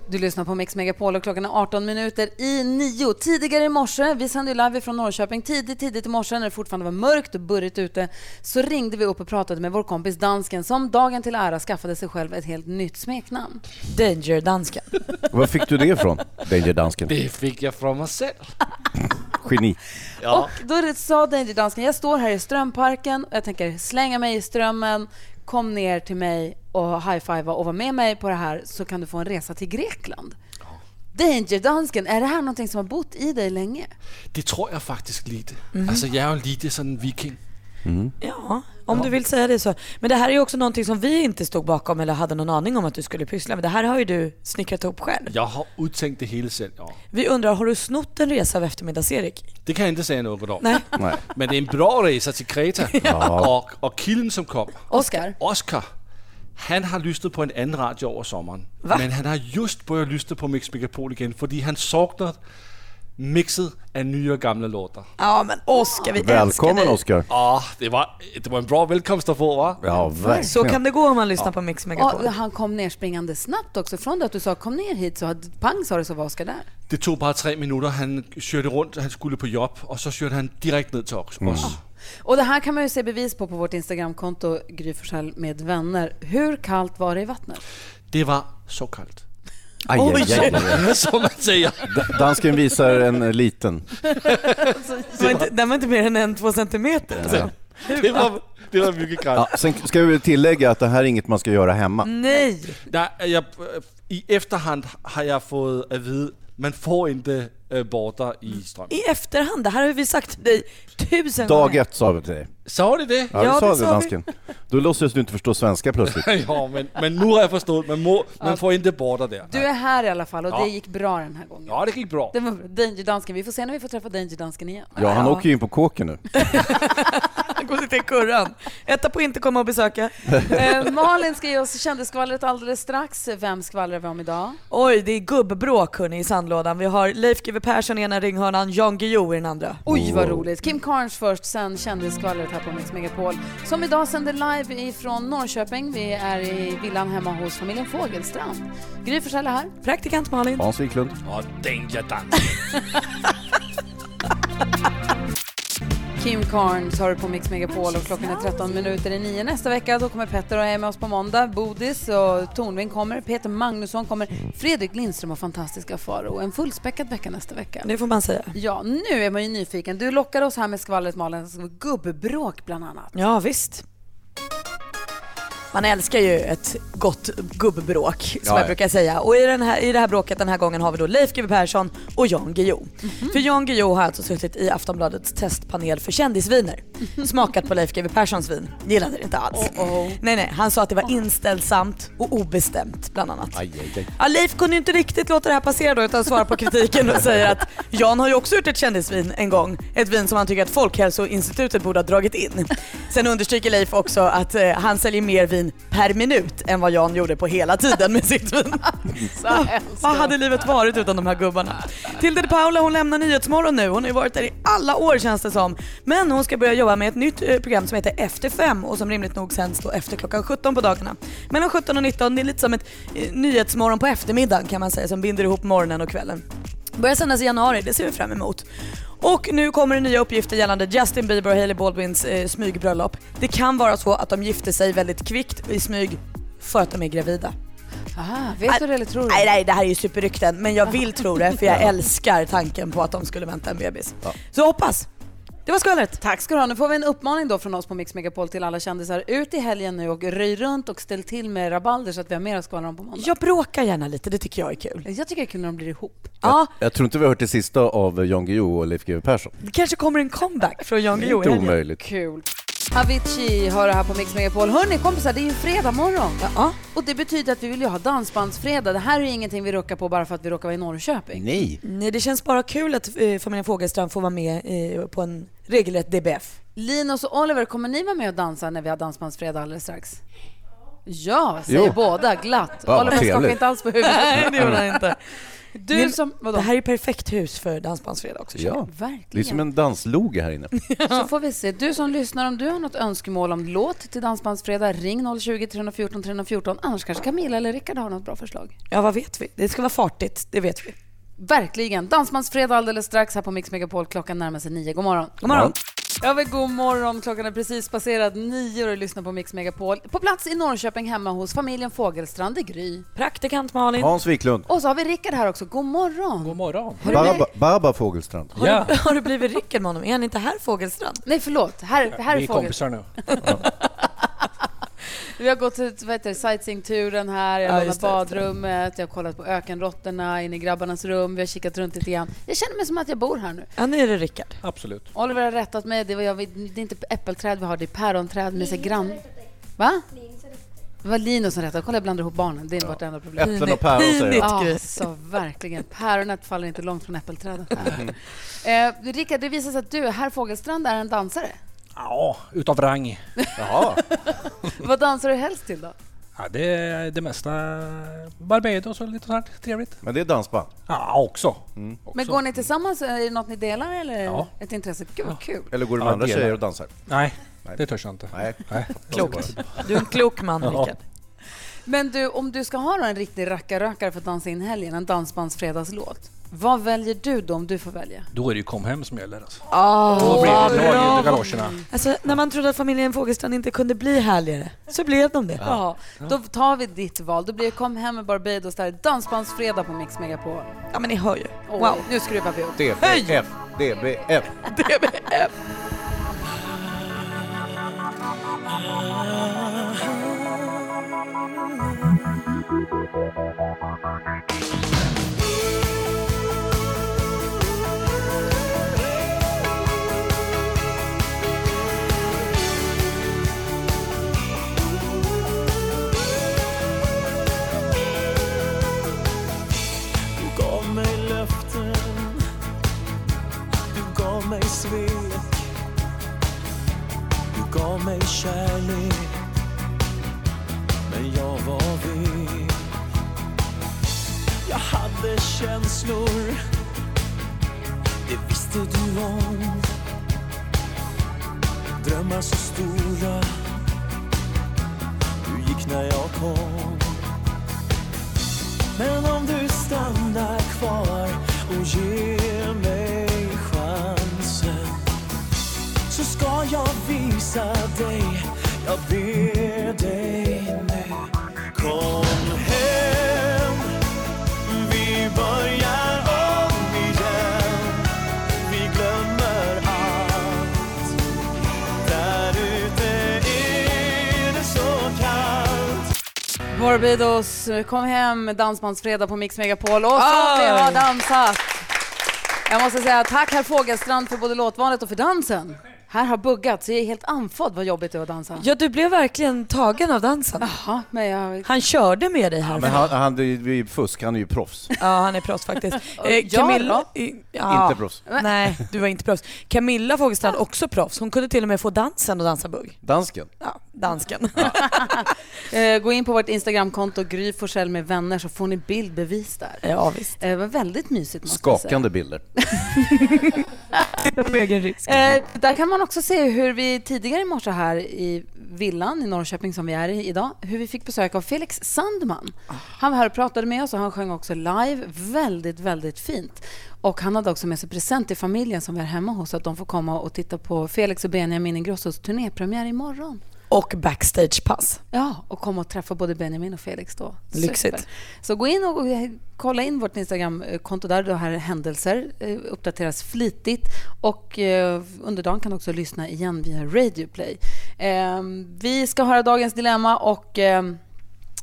Speaker 2: Du lyssnar på Mix Megapol och klockan är 18 minuter i nio. Tidigare i morse, vi sände ju live från Norrköping, tidigt, tidigt i morse när det fortfarande var mörkt och burrigt ute, så ringde vi upp och pratade med vår kompis dansken som dagen till ära skaffade sig själv ett helt nytt smeknamn.
Speaker 3: Danger-dansken.
Speaker 4: Var fick du det ifrån? Danger-dansken.
Speaker 13: Det fick jag från mig själv.
Speaker 4: Geni.
Speaker 2: Och då sa Danger-dansken, jag står här i Strömparken och jag tänker slänga mig i Strömmen, kom ner till mig och high-fivea och var med mig på det här så kan du få en resa till Grekland. Danger-dansken, är det här någonting som har bott i dig länge?
Speaker 13: Det tror jeg faktisk lidt.
Speaker 3: Mhm.
Speaker 13: Altså, jeg er jo lidt sådan en viking.
Speaker 3: Ja, om du vill säga det så. Men det här är ju också någonting som vi inte stod bakom eller hade någon aning om att du skulle pyssla med. Det här har ju du snickrat ihop själv.
Speaker 13: Jeg har udtænkt det hele selv. Ja.
Speaker 3: Vi undrar, har du snott en resa av eftermiddags-Erik?
Speaker 13: Det kan jeg ikke sige noget om.
Speaker 3: Nej.
Speaker 13: Nej. Men det er en bra racer til Kreta.
Speaker 3: <laughs> Ja.
Speaker 13: Og, og kilden, som kom,
Speaker 2: Oscar.
Speaker 13: Oscar, han har lyttet på en anden radio over sommeren.
Speaker 12: Hva?
Speaker 13: Men han har just börjat lytte på Mix Megapol igen, fordi han saknar mixet af nye og gamle låter.
Speaker 3: Ja, men Oskar, vi älskar
Speaker 4: Välkommen
Speaker 3: dig.
Speaker 4: Oscar.
Speaker 13: Åh, Ah, det, var, det var en bra välkomst att få va?
Speaker 4: Ja, verkligen.
Speaker 3: Så kan det gå om man lyssnar på Mix Megapol.
Speaker 2: Ja, han kom ner springande snabbt också. Från det att du sa kom ner hit så hade, pang sa det så var Oskar där.
Speaker 13: Det tog bare tre minutter. Han kørte rundt, han skulle på job, og så kørte han direkte ned til os. Mm.
Speaker 2: Och det här kan man ju se bevis på på vårt Instagramkonto Gry Forssell med vänner. Hur kallt var det i vattnet?
Speaker 13: Det var så kaldt.
Speaker 4: Aj,
Speaker 13: Oj,
Speaker 4: aj, aj, aj.
Speaker 13: som man säger.
Speaker 4: Da- Dansken visar en eh, liten.
Speaker 3: Det var inte, den var inte mer än en, två centimeter. Alltså.
Speaker 13: Det var, det var mycket kaldt.
Speaker 4: Ja, sen ska vi tillägga att det här är inget man ska göra hemma.
Speaker 3: Nej!
Speaker 13: Der, er jeg, I efterhand har eh, jeg fået at vide, man får ikke øh, borter i strøm.
Speaker 3: I efterhand, det här har vi sagt till dig tusen
Speaker 4: Dag
Speaker 3: gånger.
Speaker 4: ett sa vi till dig.
Speaker 13: Sa det det?
Speaker 4: Ja, du sa det dansken. Då låtsas du inte förstå svenska plötsligt.
Speaker 13: ja, men, men nu har jeg forstået, man, må, man får ikke borter der.
Speaker 2: Du är här i alla fall och
Speaker 13: Ja.
Speaker 2: det gick bra den här gången.
Speaker 13: Ja, det gik bra.
Speaker 2: Det var bra. Danger Dansken. Vi får se när vi får träffa Danger Dansken igen.
Speaker 4: Ja, han åker ju in på kåken nu.
Speaker 3: <laughs> Gå till kurran. Etta på inte komma och besöka.
Speaker 2: Eh, Malin ska ge oss kändisskvallret alldeles strax. Vem skvallrar vi om idag?
Speaker 3: Oj, det är gubbbråk hörni i sandlådan. Vi har Leif GW Persson i ena ringhörnan, Jan Guillou i den andra.
Speaker 2: Oj, vad roligt. Kim Carnes först, sen kändisskvallret här på Mix Megapol. Som idag sänder live ifrån Norrköping. Vi är i villan hemma hos familjen Fogelstrand. Gry Forssell är här.
Speaker 3: Praktikant Malin.
Speaker 4: Hans Wiklund.
Speaker 13: Og danger dan.
Speaker 2: Kim Carnes har du på Mix Megapol och klockan är 13 minuter i nio nästa vecka. Då kommer Petter och jag är med oss på måndag. Bodis och Tornving kommer. Peter Magnusson kommer. Fredrik Lindström och fantastiska Faro. En fullspäckad vecka nästa vecka.
Speaker 3: Det får man säga.
Speaker 2: Ja, nu är man ju nyfiken. Du lockade oss här med skvallret Malin, gubbbråk bland annat.
Speaker 3: Ja, visst. Man älskar ju ett gott gubbbråk som
Speaker 2: Ja, ja.
Speaker 3: jag brukar säga. Och i, den här, i det här bråket den här gången har vi då Leif GW Persson och Jan Guillou.
Speaker 2: Mhm.
Speaker 3: För Jan Guillou har alltså suttit i Aftonbladets testpanel för kändisviner.
Speaker 2: Mhm.
Speaker 3: Smakat på Leif GW Perssons vin. Gillade det inte alls. Nej, nej. Han sa att det var inställsamt och obestämt bland annat.
Speaker 4: Aj, aj, aj.
Speaker 3: Ja, Leif kunde ju inte riktigt låta det här passera då utan svarar på kritiken och säger att Jan har ju också gjort ett kändisvin en gång. Ett vin som han tycker att Folkhälsoinstitutet borde ha dragit in. Sen understryker Leif också att eh, han säljer mer vin per minut än vad Jan gjorde på hela tiden med sitt vin. Ah, Vad hade livet varit utan de här gubbarna? Tilde de Paula hon lämnar Nyhetsmorgon nu. Hon har ju varit där i alla år känns det som. Men hon ska börja jobba med ett nytt eh, program som heter Efter fem och som rimligt nog sänds då efter klockan 17 på dagarna. Mellan 17 och 19, det är lite som ett eh, Nyhetsmorgon på eftermiddagen kan man säga som binder ihop morgonen och kvällen. Börjar sändas i januari, det ser vi fram emot. Och nu kommer det nya uppgifter gällande Justin Bieber och Hailey Baldwins eh, smygbröllop. Det kan vara så att de gifte sig väldigt kvickt i smyg för att de är gravida.
Speaker 2: Aha, vet du det eller tror du?
Speaker 3: Nej, nej, det här är ju superrykten. Men jag vill tro det för jag älskar tanken på att de skulle vänta en bebis. Så hoppas. Det var skvallret.
Speaker 2: Tack ska du ha. Nu får vi en uppmaning då från oss på Mix Megapol till alla kändisar. Ut i helgen nu och röj runt och ställ till med rabalder så att vi har mer att skvallra om på måndag.
Speaker 3: Jag bråkar gärna lite, det tycker jag är kul.
Speaker 2: Jag tycker det är kul när de blir ihop.
Speaker 3: Ja,
Speaker 4: Jag tror inte vi har hört det sista av Jan Guillou och Leif GW Persson.
Speaker 3: det kanske kommer en comeback från Jan
Speaker 4: Det är
Speaker 3: Guillou i
Speaker 4: inte
Speaker 3: helgen.
Speaker 4: omöjligt.
Speaker 2: Kul. Avicii hör det här på Mix Megapol. Hörni kompisar, det är ju fredag morgon. Och det betyder att vi vill ju ha dansbandsfredag. Det här är ju ingenting vi ruckar på bara för att vi råkar vara i Norrköping.
Speaker 4: Nej.
Speaker 3: Nej, det känns bara kul att eh, familjen Fogelstrand får vara med eh, på en regelrätt DBF.
Speaker 2: Linus och Oliver, kommer ni vara med och dansa när vi har dansbandsfredag alldeles strax? Ja, säger
Speaker 3: Jo.
Speaker 2: båda glatt.
Speaker 3: Ja, vad
Speaker 2: Oliver skakar
Speaker 3: trevligt.
Speaker 2: inte alls på huvudet.
Speaker 3: Nej, det gjorde han inte.
Speaker 2: Du
Speaker 3: Nej, men
Speaker 2: som... Vadå?
Speaker 3: <laughs> Det här är ju perfekt hus för dansbandsfredag också. känner
Speaker 4: Ja,
Speaker 3: jag.
Speaker 4: det är som en dansloge här <laughs> inne.
Speaker 2: Så får vi se. Du som lyssnar, om du har något önskemål om låt till Dansbandsfredag, ring 020 314 314. Annars kanske Camilla eller Rickard har något bra förslag.
Speaker 3: Ja, vad vet vi? Det ska vara fartigt, det vet vi.
Speaker 2: Verkligen. Dansbandsfredag alldeles strax här på Mix Megapol. Klockan närmar sig nio. God morgon.
Speaker 3: God morgon.
Speaker 2: Ja, men god morgon. Klockan är precis passerat nio och du lyssnar på Mix Megapol. På plats i Norrköping hemma hos familjen Fogelstrand Det är Gry.
Speaker 3: Praktikant Malin.
Speaker 4: Hans Wiklund.
Speaker 2: Och så har vi Rickard här också. God morgon. God morgon.
Speaker 4: Barbara, Barbara Fogelstrand.
Speaker 3: Har du <laughs> blivit Rickard med honom? Är han inte här Fogelstrand?
Speaker 2: Nej, förlåt. Här, här är Fogelstrand.
Speaker 16: nu.
Speaker 2: Vi har gått ut vad heter det, sightseeingturen här, jag
Speaker 16: Ja,
Speaker 2: har lånat
Speaker 16: just det, just det.
Speaker 2: badrummet, jag har kollat på ökenråttorna inne i grabbarnas rum, vi har kikat runt lite grann. Jag känner mig som att jag bor här nu.
Speaker 3: Ja, nu är det Rickard.
Speaker 16: Absolut.
Speaker 2: Oliver har rättat mig, det, var jag, det är inte äppelträd vi har, det är päronträd med sig grann... Va? Det var Linus som rättade. Kolla, jag blandar ihop barnen. Det är vårt enda problem.
Speaker 4: Äpplen och päron, säger
Speaker 2: Pinigt,
Speaker 4: jag.
Speaker 2: Ja, så verkligen. Päronet faller inte långt från <laughs> äppelträdet. Eh, Rickard, det visar sig att du, herr Fogelstrand, är en dansare.
Speaker 16: Ja, utav rang.
Speaker 4: Jaha.
Speaker 2: Vad dansar du helst till då?
Speaker 16: Ja, det är det mesta. Barbados och lite sånt här trevligt.
Speaker 4: Men det är dansband?
Speaker 16: Ja, också.
Speaker 2: Men går ni tillsammans? Är det något ni delar eller
Speaker 16: Ja.
Speaker 2: ett intresse? Gud, vad kul.
Speaker 4: Eller går du med
Speaker 16: Ja,
Speaker 4: andra
Speaker 16: delar.
Speaker 4: tjejer och dansar?
Speaker 16: Nej, det törs jag inte.
Speaker 4: Nej.
Speaker 16: Klokt.
Speaker 3: Du är en klok man,
Speaker 16: Ja.
Speaker 3: Rickard.
Speaker 2: Men du, om du ska ha då en riktig rackarrökare för att dansa in helgen, en dansbandsfredagslåt, vad väljer du då om du får välja?
Speaker 16: Då är det ju kom hem som gäller. Alltså.
Speaker 3: Oh,
Speaker 16: Då blir det lag i galoscherna.
Speaker 3: Alltså, när man trodde att familjen Fogelstrand inte kunde bli härligare, så blev de det.
Speaker 2: Ja. Då tar vi ditt val. Då blir det Kom hem med Barbados där, Dansbandsfredag på Mix Megapol.
Speaker 3: Ja, men ni hör ju.
Speaker 2: Oj,
Speaker 3: Wow.
Speaker 2: Nu skruvar vi upp.
Speaker 4: DBF. DBF.
Speaker 3: DBF.
Speaker 17: Du gav mig löften, du gav mig svek Du gav mig kärlek, men jag var vek Jag hade känslor, det visste du om Drömmar så stora, du gick när jag kom men om du stannar kvar och ger mig chansen så ska jag visa dig, jag ber dig nu. Kom hem, vi börjar om igen. Vi glömmer allt. Där ute är det så kallt.
Speaker 2: Barbados, kom hem, Dansbandsfredag på Mix Megapol. Och så
Speaker 17: Oj!
Speaker 2: vi har dansat! Jag måste säga tack herr Fogelstrand för både låtvalet och för dansen. Här har buggat, så jag är helt andfådd vad jobbigt det var att dansa.
Speaker 3: Ja, du blev verkligen tagen av dansen.
Speaker 2: Jaha, men jag...
Speaker 3: Han körde med dig här.
Speaker 4: Men han, han det är ju fusk, han är ju proffs.
Speaker 3: Ja, han är proffs faktiskt. <laughs> Eh,
Speaker 2: Jag
Speaker 3: Camilla...
Speaker 2: då?
Speaker 3: i- ja.
Speaker 4: Inte proffs.
Speaker 3: Nej, du var inte proffs. Camilla Fogelstrand, också proffs. Hon kunde till och med få dansen att dansa bugg.
Speaker 4: Dansken.
Speaker 3: Ja, dansken.
Speaker 2: Eh, gå in på vårt Instagramkonto, Gry Forssell med vänner, så får ni bildbevis där.
Speaker 3: Ja, visst.
Speaker 2: Eh, det var väldigt mysigt måste jag säga.
Speaker 4: Skakande bilder.
Speaker 3: <laughs> På egen risk.
Speaker 2: Eh, där kan man också se hur vi tidigare i morse här i villan i Norrköping som vi är i idag, hur vi fick besök av Felix Sandman. Han var här och pratade med oss och han sjöng också live. Väldigt, väldigt fint. Och han hade också med sig present till familjen som vi är hemma hos så att de får komma och titta på Felix och Benjamin Ingrossos turnépremiär imorgon.
Speaker 3: Och backstagepass.
Speaker 2: Ja, och komma och träffa både Benjamin och Felix då.
Speaker 3: Lyxigt.
Speaker 2: Så gå in och eh, kolla in vårt Instagramkonto där. Det här är händelser eh, uppdateras flitigt. Och eh, under dagen kan du också lyssna igen via Radio Play. Eh, Vi ska höra dagens dilemma och eh,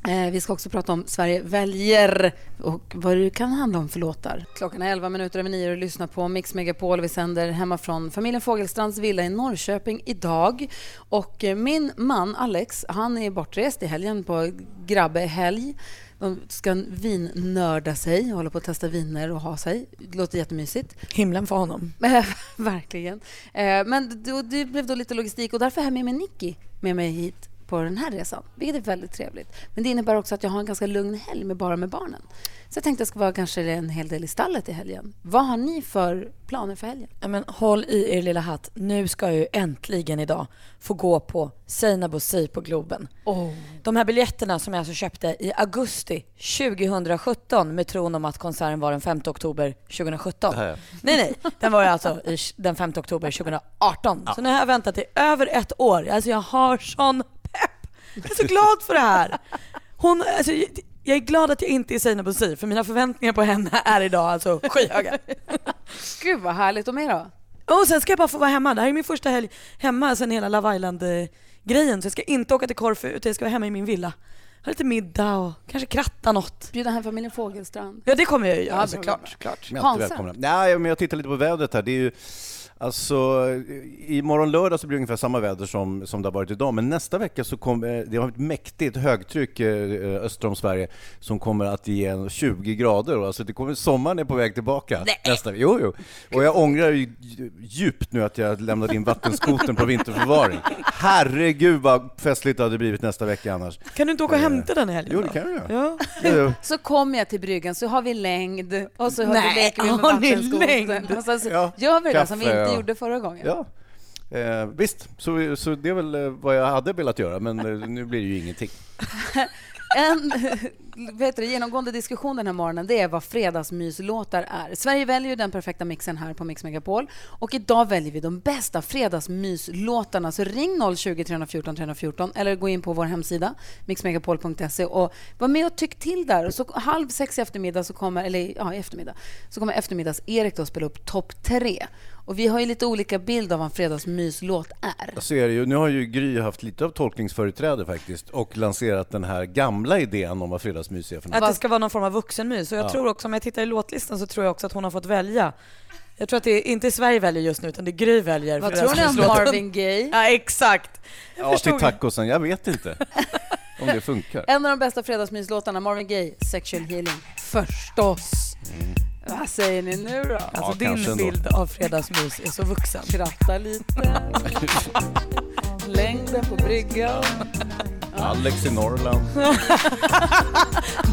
Speaker 2: Eh, vi ska också prata om Sverige väljer och vad det kan handla om för låtar. Klockan är 11 minuter över 9 och du lyssnar på Mix Megapol. Vi sänder hemma från familjen Fogelstrands villa i Norrköping idag. Och eh, min man Alex, han är bortrest i helgen på grabbehelg. De ska vinnörda sig, hålla på att testa viner och ha sig. Det låter jättemysigt.
Speaker 3: Himlen för honom.
Speaker 2: Eh, <laughs> Verkligen. Eh, Men då- det blev då lite logistik och därför har jag med mig Nicky med mig hit på den här resan, vilket är väldigt trevligt. Men det innebär också att jag har en ganska lugn helg med bara med barnen. Så jag tänkte jag ska vara kanske en hel del i stallet i helgen. Vad har ni för planer för helgen?
Speaker 3: Ja, men håll i er lilla hatt. Nu ska jag ju äntligen idag få gå på Seinabo Si på Globen. De här biljetterna som jag alltså köpte i augusti 2017 med tron om att konserten var den 5 oktober 2017.
Speaker 4: här, ja.
Speaker 3: Nej, nej. Den var ju alltså i, den 5 oktober 2018. Så nu har jag väntat i över ett år. Alltså jag har sån pepp. Jag är så glad för det här. Hon, alltså, jag- jag är glad att jag inte är Seinabo Si för mina förväntningar på henne är idag alltså skyhöga.
Speaker 2: Gud vad härligt, och mer då?
Speaker 3: Och sen ska jag bara få vara hemma. Det här är min första helg hemma sen hela Love Island-grejen. Så jag ska inte åka till Korfu utan jag ska vara hemma i min villa. Ha lite middag och kanske kratta något.
Speaker 2: Bjuda hem familjen Fogelstrand.
Speaker 3: Ja det kommer jag ju göra
Speaker 2: Ja, bra,
Speaker 3: såklart.
Speaker 2: bra.
Speaker 3: såklart.
Speaker 4: Men alltid välkomna. Nej, men jag tittar lite på vädret här. Det är ju, alltså, imorgon lördag så blir det ungefär samma väder som, som det har varit idag. Men nästa vecka så kommer det har ett mäktigt högtryck eh, öster om Sverige som kommer att ge en 20 grader. Och Alltså, det kommer, sommaren är på väg tillbaka. Nästa, jo, jo. Och jag ångrar ju djupt nu att jag lämnade in vattenskoten på vinterförvaring. Herregud vad festligt det hade blivit nästa vecka annars.
Speaker 3: Kan du inte åka och hämta den i helgen
Speaker 4: Jo, det
Speaker 3: då?
Speaker 4: kan jag göra.
Speaker 3: Ja.
Speaker 4: Jo, jo.
Speaker 2: Så kommer jag till bryggan så har vi längd och så har
Speaker 3: Nej,
Speaker 2: vi leker vi med
Speaker 3: har ni
Speaker 2: vattenskoten.
Speaker 3: längd?
Speaker 2: Och så, så <laughs> gör vi det där som vi inte
Speaker 4: kaffe, ja.
Speaker 2: gjorde förra gången.
Speaker 4: Ja. Eh, visst, så, så det är väl eh, vad jag hade velat göra, men eh, nu blir det ju ingenting.
Speaker 2: En <laughs> vet du, genomgående diskussion den här morgonen det är vad fredagsmyslåtar är. Sverige väljer ju den perfekta mixen här på Mix Megapol och idag väljer vi de bästa fredagsmyslåtarna. Så ring 020 314 314 eller gå in på vår hemsida mixmegapol.se och var med och tyck till där. Och så halv sex i eftermiddag så kommer, eller ja, i eftermiddag, så kommer eftermiddags-Erik då att spela upp topp tre. Och vi har ju lite olika bild av vad en fredagsmyslåt är.
Speaker 4: Så är det ju, nu har ju Gry haft lite av tolkningsföreträde faktiskt och lanserat den här gamla idén om vad fredagsmys är för något.
Speaker 3: Att det ska vara någon form av vuxenmys. Och jag
Speaker 4: Ja.
Speaker 3: tror också, om jag tittar i låtlistan så tror jag också att hon har fått välja. Jag tror att det är, inte Sverige väljer just nu utan det är Gry väljer.
Speaker 2: Vad
Speaker 3: för den
Speaker 2: tror ni om
Speaker 3: låten.
Speaker 2: Marvin Gaye?
Speaker 3: Ja exakt. Jag
Speaker 4: Ja, till
Speaker 3: förstod.
Speaker 4: tacosen, jag vet inte om det funkar.
Speaker 2: En av de bästa fredagsmyslåtarna, Marvin Gaye, Sexual Healing. Förstås! Vad säger ni nu då?
Speaker 3: Alltså din bild av fredagsmys är så vuxen.
Speaker 2: Skratta lite. Längden på bryggan.
Speaker 4: Alex i Norrland.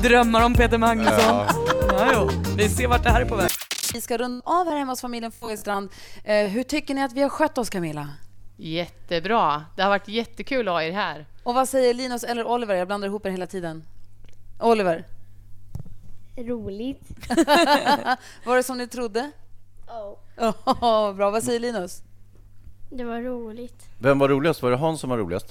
Speaker 3: Drömmar om Peter Magnusson.
Speaker 4: Ja.
Speaker 3: Ja, jo. Vi ser vart det här är på väg.
Speaker 2: Vi ska runda av här hemma hos familjen Fogelstrand. Eh, hur tycker ni att vi har skött oss, Camilla?
Speaker 5: Jättebra. Det har varit jättekul att ha er här.
Speaker 2: Och vad säger Linus eller Oliver? Jag blandar ihop er hela tiden. Oliver,
Speaker 18: Roligt.
Speaker 2: <laughs> var det som ni trodde? <laughs>
Speaker 18: Ja.
Speaker 2: Åh, bra, vad säger Linus?
Speaker 18: Det var roligt.
Speaker 4: Vem var roligast? Var det Hans som var roligast?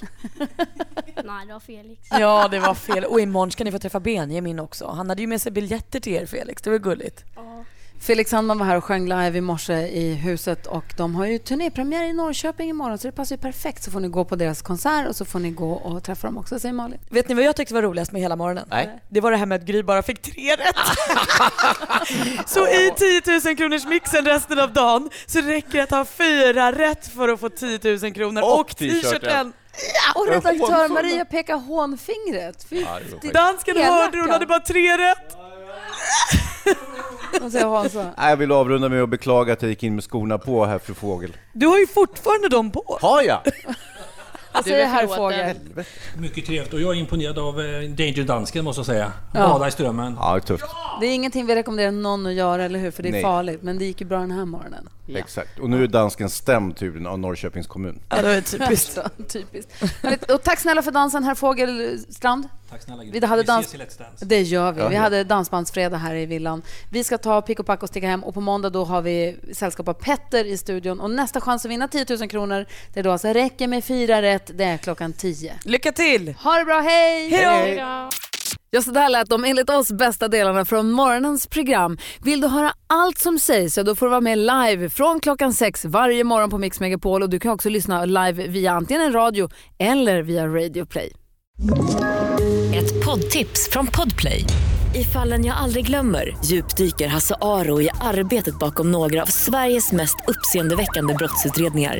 Speaker 18: Nej, det var Felix.
Speaker 3: Ja, det var fel. Och imorgon ska ni få träffa Benjamin också. Han hade ju med sig biljetter till er, Felix. Det var gulligt.
Speaker 2: Felix Sandman var här och sjöng live i morse i huset och de har ju turnépremiär i Norrköping imorgon så det passar ju perfekt så får ni gå på deras konsert och så får ni gå och träffa dem också, säger Malin.
Speaker 3: Vet ni vad jag tyckte var roligast med hela morgonen?
Speaker 2: Nej.
Speaker 3: Det var det här med att Gry bara fick tre rätt. så i 10 000 kronors mixen resten av dagen så räcker det att ha fyra rätt för att få 10 000 kronor och,
Speaker 2: Och
Speaker 3: t-shirten.
Speaker 2: t-shirten. Och redaktör Maria pekar hånfingret. Fy,
Speaker 3: Ja, det var
Speaker 2: det-
Speaker 3: Dansken hörde hon hade bara tre rätt.
Speaker 2: Hon säger Hansa.
Speaker 4: Nej, jag vill avrunda med att beklaga att jag gick in med skorna på här, fru Fågel.
Speaker 3: Du har ju fortfarande dem på.
Speaker 4: Har jag?
Speaker 2: Vad säger herr Fågel?
Speaker 16: Mycket trevligt och jag är imponerad av eh, Danger Dansken måste jag säga.
Speaker 2: Ja.
Speaker 16: Bada i strömmen.
Speaker 4: Ja, tufft.
Speaker 2: Det är ingenting vi rekommenderar någon att göra, eller hur? För det är
Speaker 4: Nej.
Speaker 2: farligt. Men det gick ju bra den här morgonen.
Speaker 4: Exakt. Och nu är dansken stämd tydligen av Norrköpings kommun.
Speaker 3: Ja, det
Speaker 2: <laughs>
Speaker 3: var
Speaker 2: Så, typiskt. Härligt. Och tack snälla för dansen, herr Fågelstrand.
Speaker 16: Tack snälla Gry.
Speaker 2: Vi, hade
Speaker 16: Vi
Speaker 2: dans...
Speaker 16: ses i Let's Dance.
Speaker 2: Det gör vi.
Speaker 16: Ja,
Speaker 2: Vi
Speaker 16: ja.
Speaker 2: hade dansbandsfredag här i villan. Vi ska ta pick och pack och sticka hem och på måndag då har vi sällskap av Petter i studion. Och nästa chans att vinna 10 000 kronor, det är då alltså räcker med fyra rätt, det är klockan 10.
Speaker 3: Lycka till!
Speaker 2: Ha det bra, hej!
Speaker 1: Hej då! Hej då! Ja, så där lät de enligt oss bästa delarna från morgonens program. Vill du höra allt som sägs så då får du vara med live från klockan sex varje morgon på Mix Megapol och du kan också lyssna live via antingen en radio eller via Radio Play.
Speaker 19: Ett poddtips från Podplay. I fallen jag aldrig glömmer djupdyker Hasse Aro i arbetet bakom några av Sveriges mest uppseendeväckande brottsutredningar.